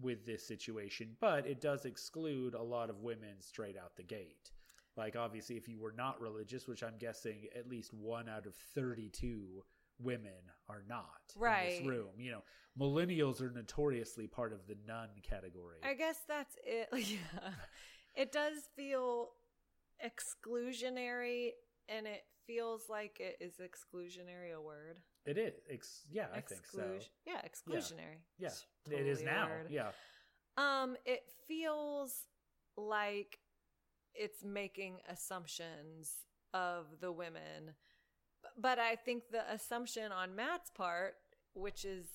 Speaker 1: with this situation, but it does exclude a lot of women straight out the gate. Like, obviously, if you were not religious, which I'm guessing at least one out of 32 women are not in
Speaker 2: Right.
Speaker 1: this room. You know, millennials are notoriously part of the nun category.
Speaker 2: I guess that's it. yeah. It does feel exclusionary and it feels like it is exclusionary a word.
Speaker 1: it is. Ex- yeah, I think so.
Speaker 2: Exclusion. Yeah, exclusionary.
Speaker 1: Yeah,
Speaker 2: It's
Speaker 1: it is
Speaker 2: totally a
Speaker 1: now.
Speaker 2: word.
Speaker 1: Yeah.
Speaker 2: Um it feels like it's making assumptions of the women. B- But I think the assumption on Matt's part, which is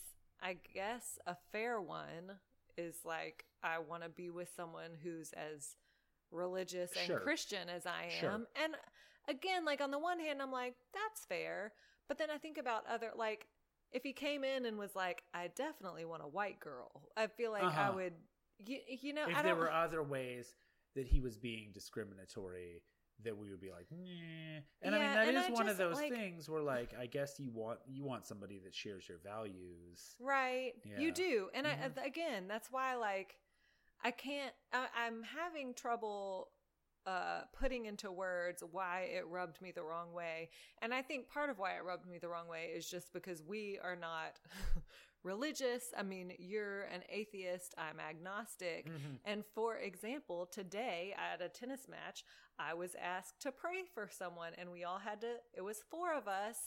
Speaker 2: I guess a fair one, is like I want to be with someone who's as religious and
Speaker 1: Sure.
Speaker 2: Christian as I am.
Speaker 1: Sure.
Speaker 2: And again, like on the one hand, I'm like, that's fair. But then I think about other, like, if he came in and was like, I definitely want a white girl, I feel like I
Speaker 1: Uh-huh.
Speaker 2: would, you, you know, I
Speaker 1: if
Speaker 2: don't.
Speaker 1: there were other ways that he was being discriminatory that we would be like nah. and i mean
Speaker 2: Yeah,
Speaker 1: that
Speaker 2: and
Speaker 1: is
Speaker 2: I
Speaker 1: one of
Speaker 2: just,
Speaker 1: those
Speaker 2: like-
Speaker 1: things where like i guess you want you want somebody that shares your values
Speaker 2: Right.
Speaker 1: Yeah. Mm-hmm.
Speaker 2: You do. And I, again, that's why, like, I can't, I, I'm having trouble uh, putting into words why it rubbed me the wrong way. And I think part of why it rubbed me the wrong way is just because we are not religious. I mean, you're an atheist, I'm agnostic.
Speaker 1: Mm-hmm.
Speaker 2: And for example, today at a tennis match, I was asked to pray for someone, and we all had to, it was four of us.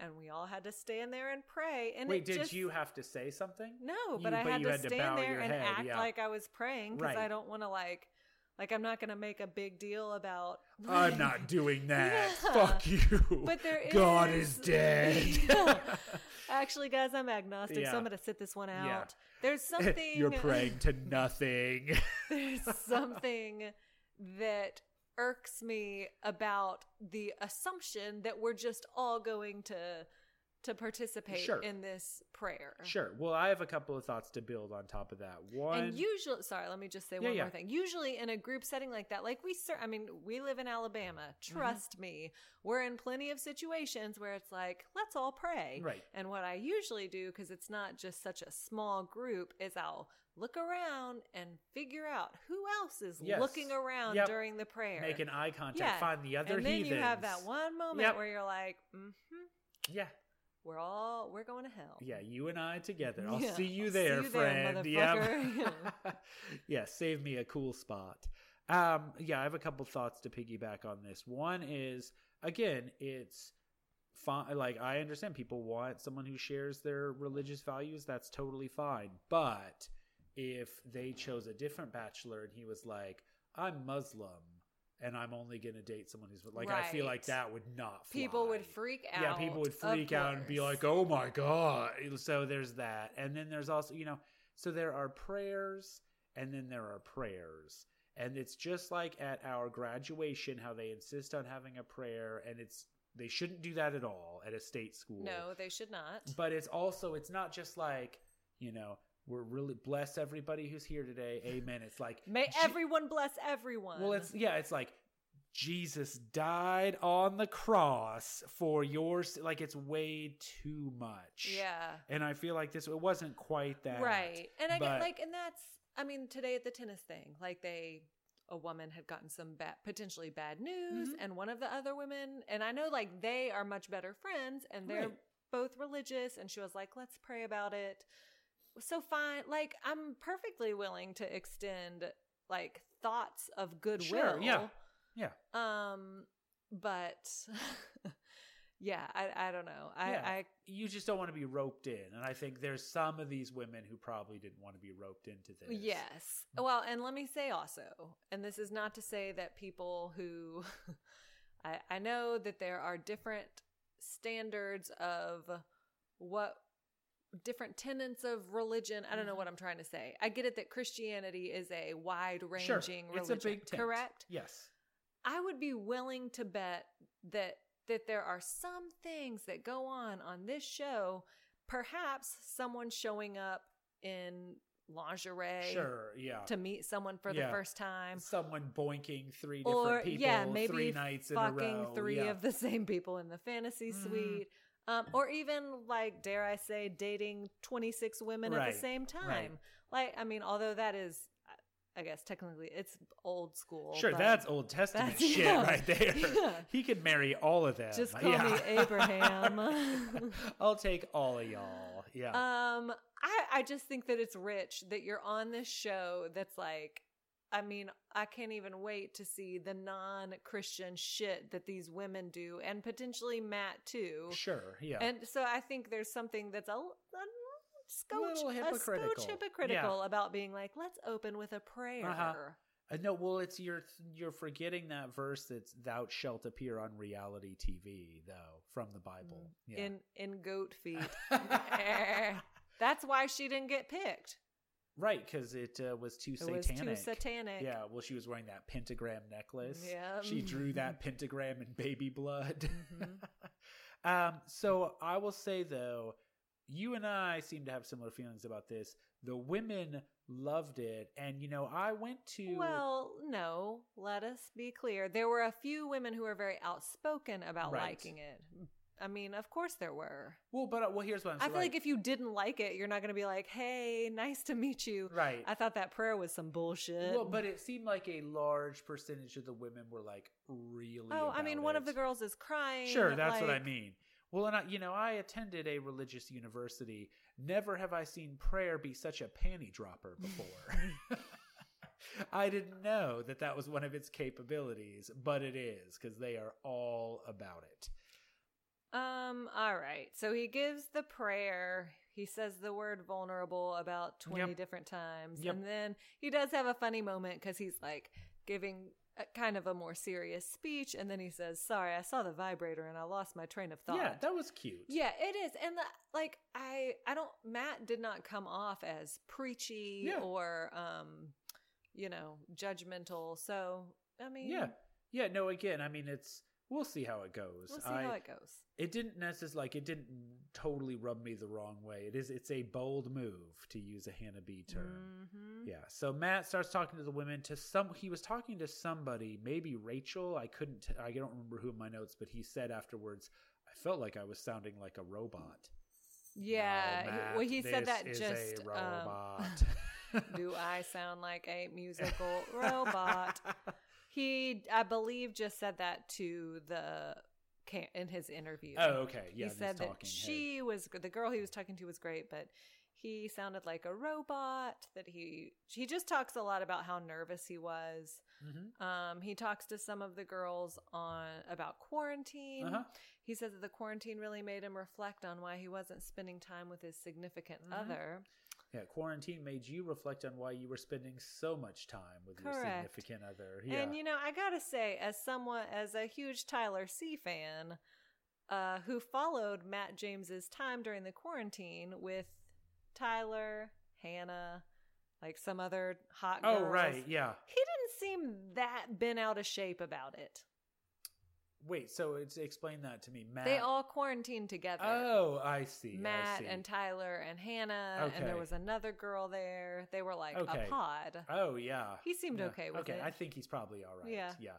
Speaker 2: And we all had to stand there and pray. And
Speaker 1: wait
Speaker 2: it
Speaker 1: did
Speaker 2: just-
Speaker 1: you have to say something
Speaker 2: no,
Speaker 1: You-
Speaker 2: but I had
Speaker 1: you
Speaker 2: to stand
Speaker 1: bow
Speaker 2: there
Speaker 1: your
Speaker 2: and
Speaker 1: head,
Speaker 2: act
Speaker 1: yeah.
Speaker 2: like I was praying because
Speaker 1: Right.
Speaker 2: I don't want to like, like I'm not going to make a big deal about.
Speaker 1: i'm not doing that
Speaker 2: Yeah.
Speaker 1: fuck you
Speaker 2: But there is
Speaker 1: god is dead
Speaker 2: Yeah. Actually, guys, I'm agnostic, so
Speaker 1: Yeah.
Speaker 2: I'm going to sit this one out.
Speaker 1: Yeah.
Speaker 2: There's something.
Speaker 1: You're praying to nothing.
Speaker 2: there's something that irks me about the assumption that we're just all going to to participate
Speaker 1: Sure.
Speaker 2: in this prayer.
Speaker 1: sure. Well, I have a couple of thoughts to build on top of that. One,
Speaker 2: And usually, sorry, let me just say
Speaker 1: Yeah,
Speaker 2: one
Speaker 1: yeah.
Speaker 2: more thing. Usually, in a group setting like that, like we, cer- I mean, we live in Alabama.
Speaker 1: Mm-hmm.
Speaker 2: Trust me, we're in plenty of situations where it's like, let's all pray.
Speaker 1: Right.
Speaker 2: And what I usually do, because it's not just such a small group, is I'll look around and figure out who else is
Speaker 1: Yes.
Speaker 2: looking around
Speaker 1: Yep.
Speaker 2: during the prayer.
Speaker 1: make an eye contact,
Speaker 2: Yeah.
Speaker 1: find the other
Speaker 2: and then
Speaker 1: heathens.
Speaker 2: you have that one moment
Speaker 1: Yep.
Speaker 2: where you're like, mm-hmm,
Speaker 1: Yeah,
Speaker 2: we're all we're going to hell.
Speaker 1: yeah, you and I together. I'll
Speaker 2: Yeah,
Speaker 1: see you
Speaker 2: I'll see
Speaker 1: there,
Speaker 2: you there,
Speaker 1: friend.
Speaker 2: motherfucker.
Speaker 1: yeah. yeah, save me a cool spot. Um, yeah, I have a couple thoughts to piggyback on this. One is again, it's fine. Like I understand people want someone who shares their religious values. That's totally fine. But if they chose a different bachelor and he was like, "I'm Muslim." And I'm only going to date someone who's like I feel like
Speaker 2: Right.
Speaker 1: that would not fly.
Speaker 2: People would freak out.
Speaker 1: Yeah, people would
Speaker 2: of
Speaker 1: freak out and be
Speaker 2: course.
Speaker 1: like, "Oh my god!" So there's that, and then there's also, you know, so there are prayers, and then there are prayers, and it's just like at our graduation how they insist on having a prayer, and it's they shouldn't do that at all at a state school.
Speaker 2: No, they should not.
Speaker 1: but it's also it's not just like you know we're really bless everybody who's here today, amen. It's like
Speaker 2: May
Speaker 1: Je-
Speaker 2: everyone bless everyone.
Speaker 1: well, it's yeah, it's like Jesus died on the cross for yours. Like it's way too much.
Speaker 2: yeah,
Speaker 1: And I feel like this it wasn't quite that
Speaker 2: right. And I
Speaker 1: but-
Speaker 2: get like, and that's I mean, today at the tennis thing, like they a woman had gotten some bad, potentially bad news, and one of the other women, and I know like they are much better friends, and they're
Speaker 1: Right.
Speaker 2: both religious, and she was like, let's pray about it. So fine, like I'm perfectly willing to extend like thoughts of goodwill.
Speaker 1: Sure, yeah. Yeah.
Speaker 2: Um, but yeah, I I don't know. I
Speaker 1: Yeah.
Speaker 2: I
Speaker 1: You just don't want to be roped in. And I think there's some of these women who probably didn't want to be roped into this.
Speaker 2: Yes. Well, and let me say also, and this is not to say that people who I, I know that there are different standards of what different tenets of religion. I don't
Speaker 1: Mm-hmm.
Speaker 2: know what I'm trying to say. I get it that Christianity is a wide ranging
Speaker 1: Sure. It's
Speaker 2: religion.
Speaker 1: a big tent.
Speaker 2: correct?
Speaker 1: Yes.
Speaker 2: I would be willing to bet that that there are some things that go on on this show. Perhaps someone showing up in lingerie
Speaker 1: Sure. Yeah.
Speaker 2: to meet someone for
Speaker 1: Uh, Yeah.
Speaker 2: the first time,
Speaker 1: Someone boinking three different
Speaker 2: or
Speaker 1: people
Speaker 2: yeah, maybe
Speaker 1: three nights in a
Speaker 2: fucking
Speaker 1: row.
Speaker 2: three
Speaker 1: yeah. Mm-hmm.
Speaker 2: of the same people in the fantasy suite, um, or even like dare I say, dating twenty six women at
Speaker 1: Right,
Speaker 2: the same time.
Speaker 1: right.
Speaker 2: Like, I mean, although that is, I guess technically it's old school.
Speaker 1: Sure,
Speaker 2: but
Speaker 1: that's Old Testament
Speaker 2: that's-
Speaker 1: shit
Speaker 2: yeah.
Speaker 1: right there.
Speaker 2: Yeah.
Speaker 1: He could marry all of them.
Speaker 2: Just call
Speaker 1: Yeah.
Speaker 2: me Abraham.
Speaker 1: I'll take all of y'all. Yeah.
Speaker 2: Um, I, I just think that it's rich that you're on this show that's like, I mean, I can't even wait to see the non Christian shit that these women do and potentially Matt too.
Speaker 1: sure. Yeah.
Speaker 2: Um, And so I think there's something that's a, l- a l- scotch,
Speaker 1: Little
Speaker 2: a
Speaker 1: hypocritical.
Speaker 2: scotch hypocritical about being like, let's open with a prayer.
Speaker 1: Uh, no, well, it's you're you're forgetting that verse that's "Thou shalt appear on reality TV," though from the Bible. Yeah.
Speaker 2: In in goat feet. That's why she didn't get picked.
Speaker 1: right, because it uh, was too
Speaker 2: It was
Speaker 1: satanic.
Speaker 2: too satanic.
Speaker 1: Yeah. Well, she was wearing that pentagram necklace.
Speaker 2: Yeah.
Speaker 1: She drew that pentagram in baby blood.
Speaker 2: Mm-hmm.
Speaker 1: um. So I will say though, you and I seem to have similar feelings about this. The women loved it, and you know, I went to
Speaker 2: Well, no, let us be clear. There were a few women who were very outspoken about
Speaker 1: Right.
Speaker 2: liking it. I mean, of course there were.
Speaker 1: Well, but uh, well, here's what I'm
Speaker 2: I
Speaker 1: saying.
Speaker 2: feel like if you didn't like it, you're not going to be like, "Hey, nice to meet you."
Speaker 1: Right.
Speaker 2: I thought that prayer was some bullshit.
Speaker 1: Well, but it seemed like a large percentage of the women were like really.
Speaker 2: oh, I mean,
Speaker 1: about
Speaker 2: one
Speaker 1: it.
Speaker 2: of the girls is crying.
Speaker 1: Sure, that's what I
Speaker 2: like-
Speaker 1: mean. Well, and I, you know, I attended a religious university. Never have I seen prayer be such a panty dropper before. I didn't know that that was one of its capabilities, but it is because they are all about it.
Speaker 2: Um. All right. So he gives the prayer. He says the word vulnerable about 20
Speaker 1: Yep.
Speaker 2: different times.
Speaker 1: Yep.
Speaker 2: And then he does have a funny moment because he's like giving a kind of a more serious speech, and then he says, "Sorry, I saw the vibrator and I lost my train of thought."
Speaker 1: Yeah, that was cute.
Speaker 2: Yeah, it is. And the, like I I don't Matt did not come off as preachy
Speaker 1: Yeah.
Speaker 2: or um you know, judgmental. So, I mean,
Speaker 1: Yeah. Yeah, no, again, I mean, it's. We'll see how it goes.
Speaker 2: We'll see
Speaker 1: I,
Speaker 2: how it goes.
Speaker 1: it didn't necessarily like it didn't totally rub me the wrong way. It is it's a bold move to use a Hannah B term.
Speaker 2: Mhm.
Speaker 1: Yeah. So Matt starts talking to the women to some he was talking to somebody, maybe Rachel. I couldn't t- I don't remember who in my notes, but he said afterwards, I felt like I was sounding like a robot.
Speaker 2: Yeah.
Speaker 1: No,
Speaker 2: he-
Speaker 1: Matt,
Speaker 2: well, he said
Speaker 1: Oh, this
Speaker 2: that
Speaker 1: is
Speaker 2: just
Speaker 1: a
Speaker 2: um,
Speaker 1: robot.
Speaker 2: do I sound like a musical robot? He I believe just said that to the ca- in his interview.
Speaker 1: Oh, okay. Yeah,
Speaker 2: he
Speaker 1: this
Speaker 2: said that
Speaker 1: talking head.
Speaker 2: she was the girl he was talking to was great, but he sounded like a robot. That he he just talks a lot about how nervous he was.
Speaker 1: Mhm.
Speaker 2: Um, he talks to some of the girls on about quarantine.
Speaker 1: Uh-huh.
Speaker 2: He said that the quarantine really made him reflect on why he wasn't spending time with his significant
Speaker 1: Mhm.
Speaker 2: other.
Speaker 1: Yeah, quarantine made you reflect on why you were spending so much time with your
Speaker 2: Correct.
Speaker 1: significant other. Yeah.
Speaker 2: And you know, I gotta say, as someone as a huge Tyler C fan, uh, who followed Matt James's time during the quarantine with Tyler, Hannah, like some other hot girls.
Speaker 1: oh, right. Yeah.
Speaker 2: He didn't seem that bent out of shape about it.
Speaker 1: Wait, so it's explain that to me. Matt
Speaker 2: They all quarantined together.
Speaker 1: Oh, I see. I
Speaker 2: Matt
Speaker 1: see.
Speaker 2: and Tyler and Hannah, and there
Speaker 1: Okay.
Speaker 2: was another girl there. They were like
Speaker 1: Okay.
Speaker 2: a pod.
Speaker 1: Oh yeah.
Speaker 2: He seemed
Speaker 1: Yeah.
Speaker 2: okay with
Speaker 1: okay,
Speaker 2: it.
Speaker 1: I think he's probably all right.
Speaker 2: Yeah.
Speaker 1: Yeah.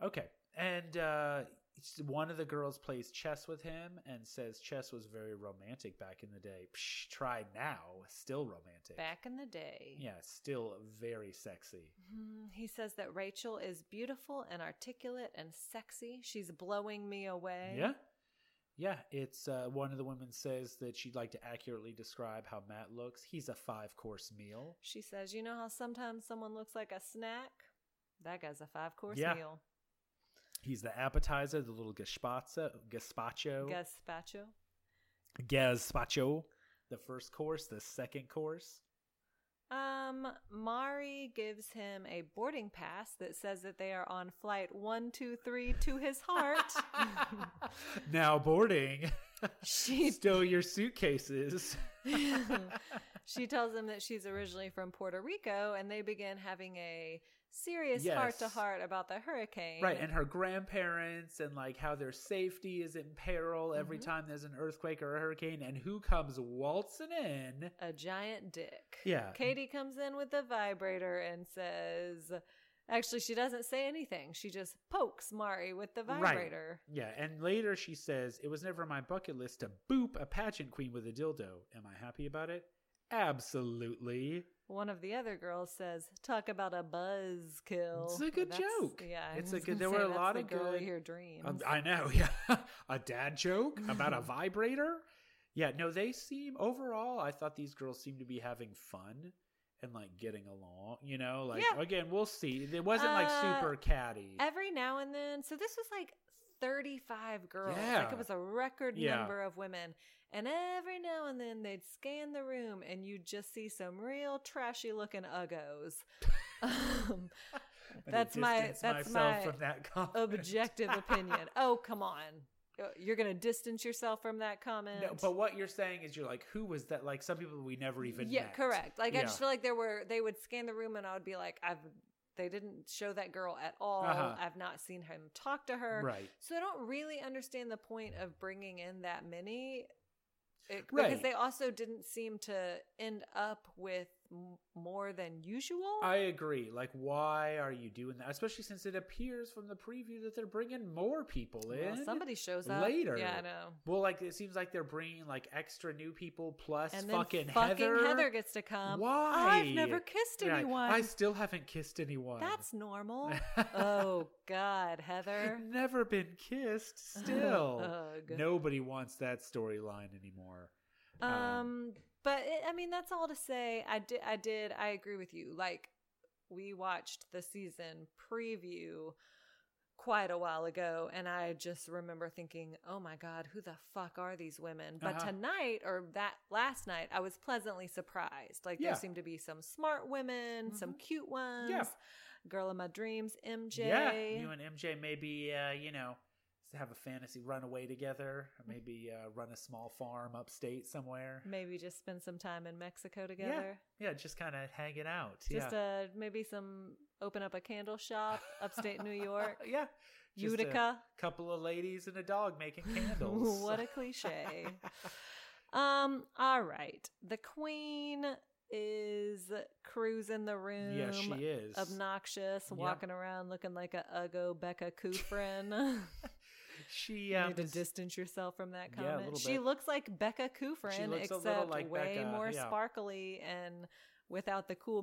Speaker 1: Okay. And uh s- one of the girls plays chess with him and says chess was very romantic back in the day. Psh, try now, still romantic.
Speaker 2: Back in the day.
Speaker 1: Yeah, still very sexy.
Speaker 2: Mm, He says that Rachel is beautiful and articulate and sexy. She's blowing me away.
Speaker 1: Yeah. Yeah, it's uh, one of the women says that she'd like to accurately describe how Matt looks. He's a five course meal.
Speaker 2: She says, You know how sometimes someone looks like a snack? That guy's a five course
Speaker 1: Yeah.
Speaker 2: meal.
Speaker 1: He's the appetizer, the little gazpacho, gazpacho,
Speaker 2: Gazpacho.
Speaker 1: gazpacho, the first course, the second course.
Speaker 2: Um, Mari gives him a boarding pass that says that they are on flight 123 to his heart.
Speaker 1: now boarding.
Speaker 2: she
Speaker 1: Stow your suitcases.
Speaker 2: she tells him that she's originally from Puerto Rico and they begin having a serious
Speaker 1: Yes.
Speaker 2: heart to heart about the hurricane.
Speaker 1: Right, and her grandparents and like how their safety is in peril every
Speaker 2: Mm-hmm.
Speaker 1: time there's an earthquake or a hurricane, and who comes waltzing in?
Speaker 2: a giant dick.
Speaker 1: Yeah.
Speaker 2: Katie comes in with the vibrator and says, actually, she doesn't say anything. She just pokes Mari with the
Speaker 1: Right.
Speaker 2: vibrator.
Speaker 1: Yeah, and later she says, It was never on my bucket list to boop a pageant queen with a dildo. Am I happy about it? Absolutely.
Speaker 2: One of the other girls says, talk about a buzz kill.
Speaker 1: It's a good
Speaker 2: That's-
Speaker 1: joke.
Speaker 2: Yeah. I
Speaker 1: It's
Speaker 2: was
Speaker 1: a good-
Speaker 2: gonna
Speaker 1: there were
Speaker 2: say,
Speaker 1: a
Speaker 2: that's
Speaker 1: lot
Speaker 2: the
Speaker 1: of
Speaker 2: girl
Speaker 1: good-
Speaker 2: your dreams.
Speaker 1: Um, I know, yeah. a dad joke about a vibrator? Yeah, no, they seem, overall, I thought these girls seemed to be having fun and like getting along, you know? Like,
Speaker 2: Yeah.
Speaker 1: again, we'll see. It wasn't like
Speaker 2: Uh,
Speaker 1: super catty.
Speaker 2: Every now and then. So this was like 35 girls. Like
Speaker 1: Yeah.
Speaker 2: it was a record
Speaker 1: Yeah.
Speaker 2: number of women. And every now and then they'd scan the room and you'd just see some real trashy looking uggos. um,
Speaker 1: I'm gonna
Speaker 2: that's my-
Speaker 1: distance
Speaker 2: that's
Speaker 1: myself
Speaker 2: my
Speaker 1: from that comment.
Speaker 2: objective opinion. Oh, come on. Uh, You're going to distance yourself from that comment.
Speaker 1: No, but what you're saying is you're like, who was that? Like some people we never even
Speaker 2: yeah,
Speaker 1: met.
Speaker 2: correct. Like I
Speaker 1: Yeah.
Speaker 2: just feel like there were they would scan the room and I would be like I've they didn't show that girl at all.
Speaker 1: Uh-huh.
Speaker 2: I've not seen him talk to her.
Speaker 1: Right.
Speaker 2: So I don't really understand the point of bringing in that many it, because
Speaker 1: Right.
Speaker 2: they also didn't seem to end up with m- more than usual.
Speaker 1: I agree. Like, why are you doing that? Especially since it appears from the preview that they're bringing more people in.
Speaker 2: Well, somebody shows up
Speaker 1: later.
Speaker 2: Yeah, I know.
Speaker 1: Well, like it seems like they're bringing like extra new people plus
Speaker 2: And then
Speaker 1: fucking,
Speaker 2: Heather, gets to come.
Speaker 1: Why?
Speaker 2: I've never kissed
Speaker 1: You're like,
Speaker 2: anyone.
Speaker 1: I still haven't kissed anyone.
Speaker 2: That's normal. oh God, Heather.
Speaker 1: never been kissed. Still,
Speaker 2: Ugh.
Speaker 1: nobody wants that storyline anymore.
Speaker 2: Um, but it, I mean, that's all to say. I did, I did, I agree with you. Like, we watched the season preview quite a while ago, and I just remember thinking, "Oh my God, who the fuck are these women?" But
Speaker 1: Uh-huh.
Speaker 2: tonight, or that last night, I was pleasantly surprised. Like,
Speaker 1: Yeah. Mm-hmm.
Speaker 2: there seemed to be some smart women, some cute ones. Girl in My Dreams, MJ.
Speaker 1: Yeah, you and MJ maybe uh, you know have a fantasy runaway together, or maybe uh, run a small farm upstate somewhere.
Speaker 2: maybe just spend some time in Mexico together.
Speaker 1: Yeah, just kind of hanging out.
Speaker 2: Just
Speaker 1: yeah.
Speaker 2: uh, maybe some open up a candle shop upstate New York,
Speaker 1: Uh, yeah, just a
Speaker 2: Utica.
Speaker 1: couple of ladies and a dog making candles.
Speaker 2: what a cliche. um, all right. The queen is cruising the room.
Speaker 1: yeah, she is.
Speaker 2: Obnoxious,
Speaker 1: Yeah.
Speaker 2: walking around looking like a Ugo Becca Kufrin.
Speaker 1: She
Speaker 2: You
Speaker 1: um,
Speaker 2: need to
Speaker 1: is-
Speaker 2: distance yourself from that
Speaker 1: Yeah, a
Speaker 2: comment.
Speaker 1: little
Speaker 2: she
Speaker 1: bit.
Speaker 2: looks like Becca Kufrin,
Speaker 1: looks a little
Speaker 2: except
Speaker 1: like
Speaker 2: way
Speaker 1: Becca,
Speaker 2: more
Speaker 1: yeah.
Speaker 2: sparkly and without the cool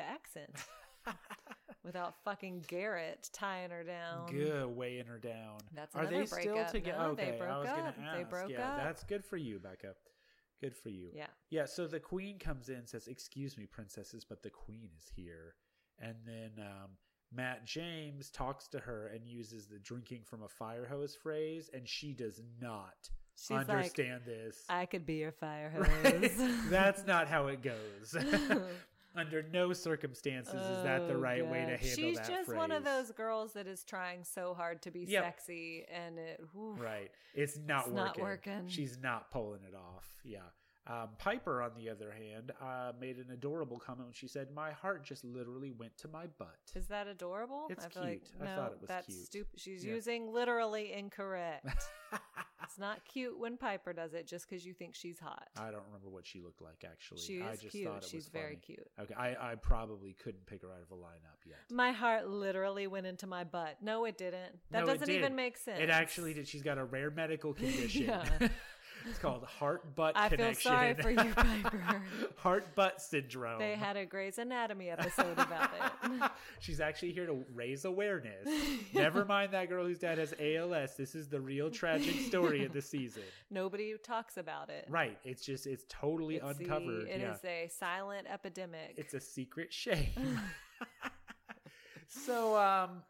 Speaker 2: accent, without fucking Garrett tying her down.
Speaker 1: Good, weighing her down.
Speaker 2: um That's
Speaker 1: Are they
Speaker 2: another
Speaker 1: still
Speaker 2: breakup.
Speaker 1: together?
Speaker 2: No,
Speaker 1: okay,
Speaker 2: they
Speaker 1: I
Speaker 2: broke
Speaker 1: was
Speaker 2: up. They
Speaker 1: gonna ask.
Speaker 2: broke
Speaker 1: yeah,
Speaker 2: up.
Speaker 1: that's good for you, Becca. Good for you.
Speaker 2: Yeah.
Speaker 1: Yeah, so the queen comes in and says, Excuse me, princesses, but the queen is here. And then um, Matt James talks to her and uses the drinking from a fire hose phrase, and she does not
Speaker 2: She's like,
Speaker 1: understand this.
Speaker 2: I could be your fire
Speaker 1: Right?
Speaker 2: hose.
Speaker 1: That's not how it goes. Under no circumstances is that the
Speaker 2: Oh,
Speaker 1: right way to
Speaker 2: God.
Speaker 1: handle
Speaker 2: She's
Speaker 1: that
Speaker 2: just one of
Speaker 1: phrase.
Speaker 2: those girls that is trying so hard to be
Speaker 1: Yep.
Speaker 2: sexy and it oof.
Speaker 1: Right. It's not working.
Speaker 2: It's not working.
Speaker 1: She's not pulling it off. Yeah. Um, Piper, on the other hand, uh, made an adorable comment when she said, "My heart just literally went to my butt."
Speaker 2: Is that adorable?
Speaker 1: It's cute. I
Speaker 2: no,
Speaker 1: thought it was
Speaker 2: that's
Speaker 1: cute.
Speaker 2: stupid. She's
Speaker 1: Yeah.
Speaker 2: using literally incorrect. it's not cute when Piper does it just because you think she's hot.
Speaker 1: I don't remember what she looked like actually.
Speaker 2: She
Speaker 1: I
Speaker 2: is
Speaker 1: just
Speaker 2: cute.
Speaker 1: thought it
Speaker 2: She's
Speaker 1: was
Speaker 2: very
Speaker 1: funny.
Speaker 2: cute. Mm,
Speaker 1: Okay, I, I probably couldn't pick her out of a lineup yet.
Speaker 2: My heart literally went into my butt. No, it didn't. That
Speaker 1: No, it
Speaker 2: doesn't even
Speaker 1: did.
Speaker 2: make sense.
Speaker 1: It actually did. She's got a rare medical condition.
Speaker 2: Yeah.
Speaker 1: it's called heart butt.
Speaker 2: I feel
Speaker 1: connection.
Speaker 2: sorry for you, Piper.
Speaker 1: heart butt syndrome.
Speaker 2: They had a Grey's Anatomy episode about it.
Speaker 1: She's actually here to raise awareness. Never mind that girl whose dad has ALS. This is the real tragic story of the season.
Speaker 2: Nobody talks about it.
Speaker 1: Right. It's just it's totally
Speaker 2: It's the-
Speaker 1: uncovered.
Speaker 2: it
Speaker 1: yeah.
Speaker 2: is a silent epidemic.
Speaker 1: it's a secret shame. so um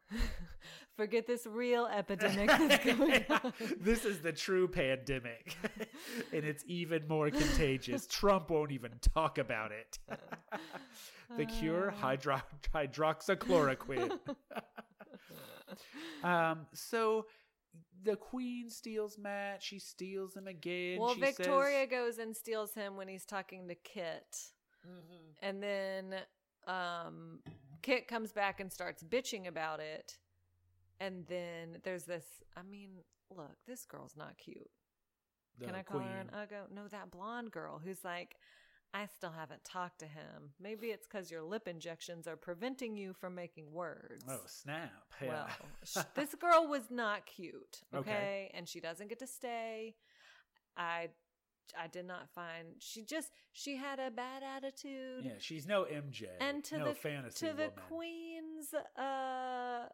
Speaker 2: Forget this real epidemic that's going on.
Speaker 1: this is the true pandemic. and it's even more contagious. Trump won't even talk about it. the
Speaker 2: Uh.
Speaker 1: cure hydro- hydroxychloroquine. um so the queen steals Matt, she steals him again.
Speaker 2: Well,
Speaker 1: she says-
Speaker 2: Victoria goes and steals him when he's talking to Kit.
Speaker 1: Mm-hmm.
Speaker 2: And then um, Kit comes back and starts bitching about it. And then there's this I mean, look, this girl's not cute.
Speaker 1: the
Speaker 2: Can I call
Speaker 1: queen,
Speaker 2: her an Ugo? No, that blonde girl who's like, I still haven't talked to him. Maybe it's because your lip injections are preventing you from making words.
Speaker 1: Oh, snap. Yeah.
Speaker 2: Well, sh- this girl was not cute, okay?
Speaker 1: Okay.
Speaker 2: And she doesn't get to stay. I I did not find she just she had a bad attitude.
Speaker 1: Yeah, she's no MJ.
Speaker 2: and to
Speaker 1: no
Speaker 2: the
Speaker 1: fantasy
Speaker 2: to the
Speaker 1: woman.
Speaker 2: queen's uh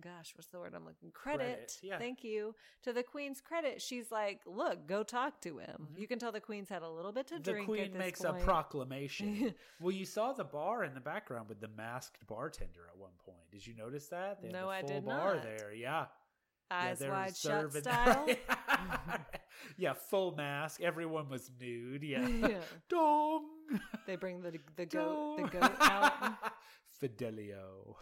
Speaker 2: gosh, what's the word I'm looking credit.
Speaker 1: Credit, yeah.
Speaker 2: Thank you. To the queen's credit, she's like, "Look, go talk to him." You can tell the queen's had a little bit to
Speaker 1: Mm-hmm. The
Speaker 2: drink at
Speaker 1: queen
Speaker 2: this
Speaker 1: makes
Speaker 2: point.
Speaker 1: a proclamation. well, you saw the bar in the background with the masked bartender at one point. Did you notice that? had
Speaker 2: No,
Speaker 1: the
Speaker 2: I
Speaker 1: full
Speaker 2: did
Speaker 1: bar
Speaker 2: not.
Speaker 1: there. Yeah.
Speaker 2: Eyes
Speaker 1: yeah, they're
Speaker 2: wide shut
Speaker 1: serving-
Speaker 2: style.
Speaker 1: yeah, full mask. Everyone was nude. Yeah.
Speaker 2: Yeah.
Speaker 1: Dong.
Speaker 2: They bring the the goat the
Speaker 1: dong.
Speaker 2: goat out.
Speaker 1: Fidelio.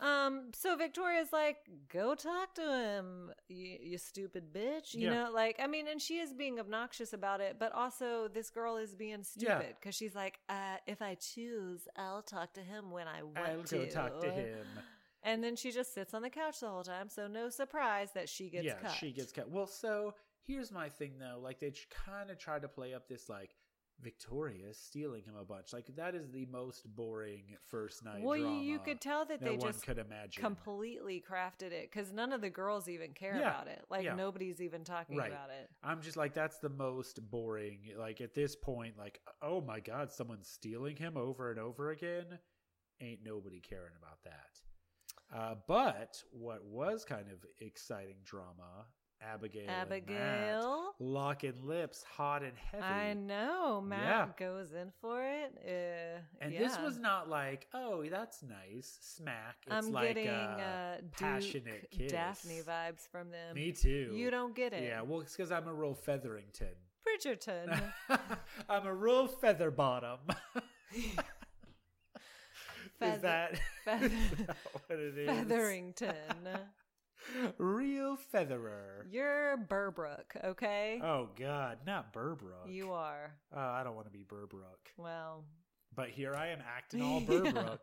Speaker 2: Um, so Victoria's like, go talk to him, you, you stupid bitch. You
Speaker 1: Yeah.
Speaker 2: know, like, I mean, and she is being obnoxious about it, but also this girl is being
Speaker 1: Yeah.
Speaker 2: stupid because she's like, uh, if I choose, I'll talk to him when I want
Speaker 1: I'll
Speaker 2: to.
Speaker 1: go talk to him.
Speaker 2: And then she just sits on the couch the whole time, so no surprise that she gets
Speaker 1: yeah,
Speaker 2: cut.
Speaker 1: she gets cut. Well, so here's my thing though. Like they kind of tried to play up this like Victoria stealing him a bunch. Like that is the most boring first night.
Speaker 2: Well, you-
Speaker 1: drama
Speaker 2: you could tell that they
Speaker 1: one
Speaker 2: just
Speaker 1: could imagine.
Speaker 2: Completely crafted it because none of the girls even care
Speaker 1: Yeah.
Speaker 2: about it. Like
Speaker 1: Yeah.
Speaker 2: nobody's even talking
Speaker 1: Right.
Speaker 2: about it.
Speaker 1: I'm just like that's the most boring. Like at this point, like oh my god, someone's stealing him over and over again. Ain't nobody caring about that. Uh, but what was kind of exciting drama? Abigail. And Matt.
Speaker 2: Abigail.
Speaker 1: Locking lips, hot and heavy.
Speaker 2: I know. Matt goes in for it. Uh,
Speaker 1: And
Speaker 2: yeah.
Speaker 1: this was not like, oh, that's nice, smack. It's
Speaker 2: I'm
Speaker 1: like
Speaker 2: getting
Speaker 1: a
Speaker 2: uh, Duke
Speaker 1: passionate kiss.
Speaker 2: Daphne vibes from them.
Speaker 1: Me too.
Speaker 2: You don't get it.
Speaker 1: Yeah, well, it's because I'm a real Featherington.
Speaker 2: Bridgerton.
Speaker 1: I'm a real feather bottom.
Speaker 2: Feather-
Speaker 1: is that,
Speaker 2: feather-
Speaker 1: is that what it is?
Speaker 2: Featherington.
Speaker 1: Real featherer.
Speaker 2: You're Burbrook, okay?
Speaker 1: Oh God, not Burbrook.
Speaker 2: You are.
Speaker 1: Oh, I don't want to be Burbrook.
Speaker 2: Well,
Speaker 1: But here I am acting all
Speaker 2: Yeah.
Speaker 1: Burbrook.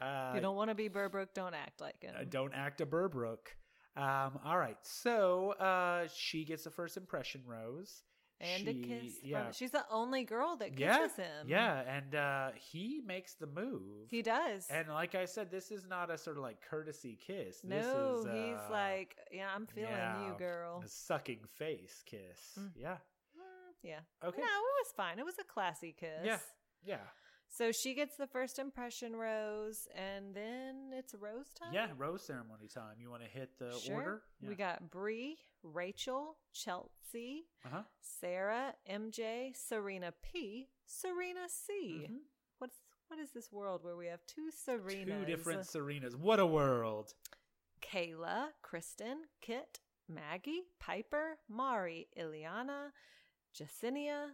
Speaker 1: Uh,
Speaker 2: you don't want to be Burbrook, don't act like him.
Speaker 1: uh, don't act a Burbrook. Um, all right, so uh, she gets a first impression rose
Speaker 2: and a
Speaker 1: She-
Speaker 2: kiss. From,
Speaker 1: Yeah,
Speaker 2: She's the only girl that kisses
Speaker 1: yeah,
Speaker 2: him.
Speaker 1: yeah, and uh, he makes the move.
Speaker 2: He does.
Speaker 1: and like I said, this is not a sort of like courtesy kiss. this
Speaker 2: no,
Speaker 1: is, uh,
Speaker 2: he's like, yeah, I'm feeling
Speaker 1: yeah,
Speaker 2: you, girl.
Speaker 1: a sucking face kiss.
Speaker 2: Mm.
Speaker 1: Yeah.
Speaker 2: Mm, Yeah.
Speaker 1: Okay.
Speaker 2: No, it was fine. It was a classy kiss.
Speaker 1: Yeah. Yeah.
Speaker 2: So she gets the first impression rose, and then it's rose time.
Speaker 1: Yeah. Rose ceremony time. You want to hit the
Speaker 2: sure.
Speaker 1: order? Yeah.
Speaker 2: We got Bree, Rachel, Chelsea,
Speaker 1: Uh-huh.
Speaker 2: Sarah, MJ, Serena P, Serena C.
Speaker 1: Mhm.
Speaker 2: What's what is this world where we have two Serenas?
Speaker 1: Two different Serenas. What a world.
Speaker 2: Kayla, Kristen, Kit, Maggie, Piper, Mari, Ileana, Jacinia,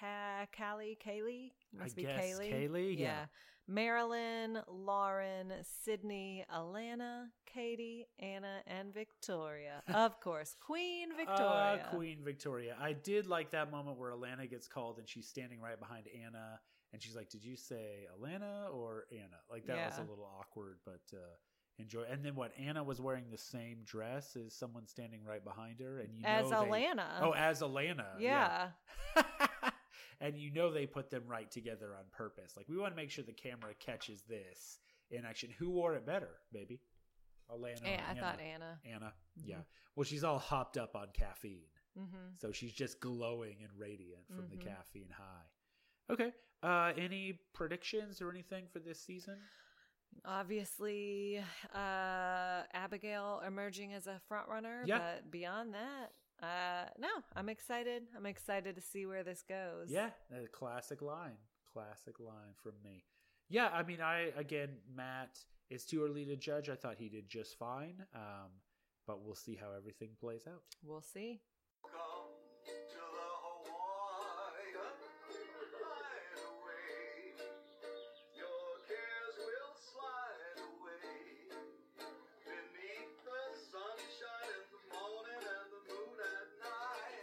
Speaker 2: Ka- Callie, Kaylee. Must be
Speaker 1: guess
Speaker 2: Kaylee.
Speaker 1: Kaylee, yeah.
Speaker 2: Marilyn, Lauren, Sydney, Alana, Katie, Anna, and Victoria. Of course, Queen Victoria.
Speaker 1: Ah, Queen Victoria. I did like that moment where Alana gets called and she's standing right behind Anna and she's like, Did you say Alana or Anna? Like that was
Speaker 2: Yeah.
Speaker 1: a little awkward, but uh enjoy and then what Anna was wearing the same dress as someone standing right behind her and you
Speaker 2: As
Speaker 1: know they-
Speaker 2: Alana.
Speaker 1: Oh, as Alana.
Speaker 2: yeah.
Speaker 1: and you know they put them right together on purpose. Like we want to make sure the camera catches this in action. Who wore it better, baby? Alana. or
Speaker 2: Yeah, I thought Anna.
Speaker 1: Anna. Yeah.
Speaker 2: Mhm.
Speaker 1: Well, she's all hopped up on caffeine.
Speaker 2: Mm-hmm.
Speaker 1: So she's just glowing and radiant from the
Speaker 2: Mhm.
Speaker 1: caffeine high. Okay. Uh any predictions or anything for this season?
Speaker 2: Obviously, uh, Abigail emerging as a front runner.
Speaker 1: Yeah.
Speaker 2: But beyond that, uh, no, I'm excited. I'm excited to see where this goes.
Speaker 1: Yeah, a classic line. Classic line from me. Yeah, I mean, I again, Matt, it's too early to judge. I thought he did just fine, um, but we'll see how everything plays out.
Speaker 2: We'll see.
Speaker 6: Welcome to the Hawaiian hideaway. Your cares will slide away beneath the sunshine in the morning and the moon at night.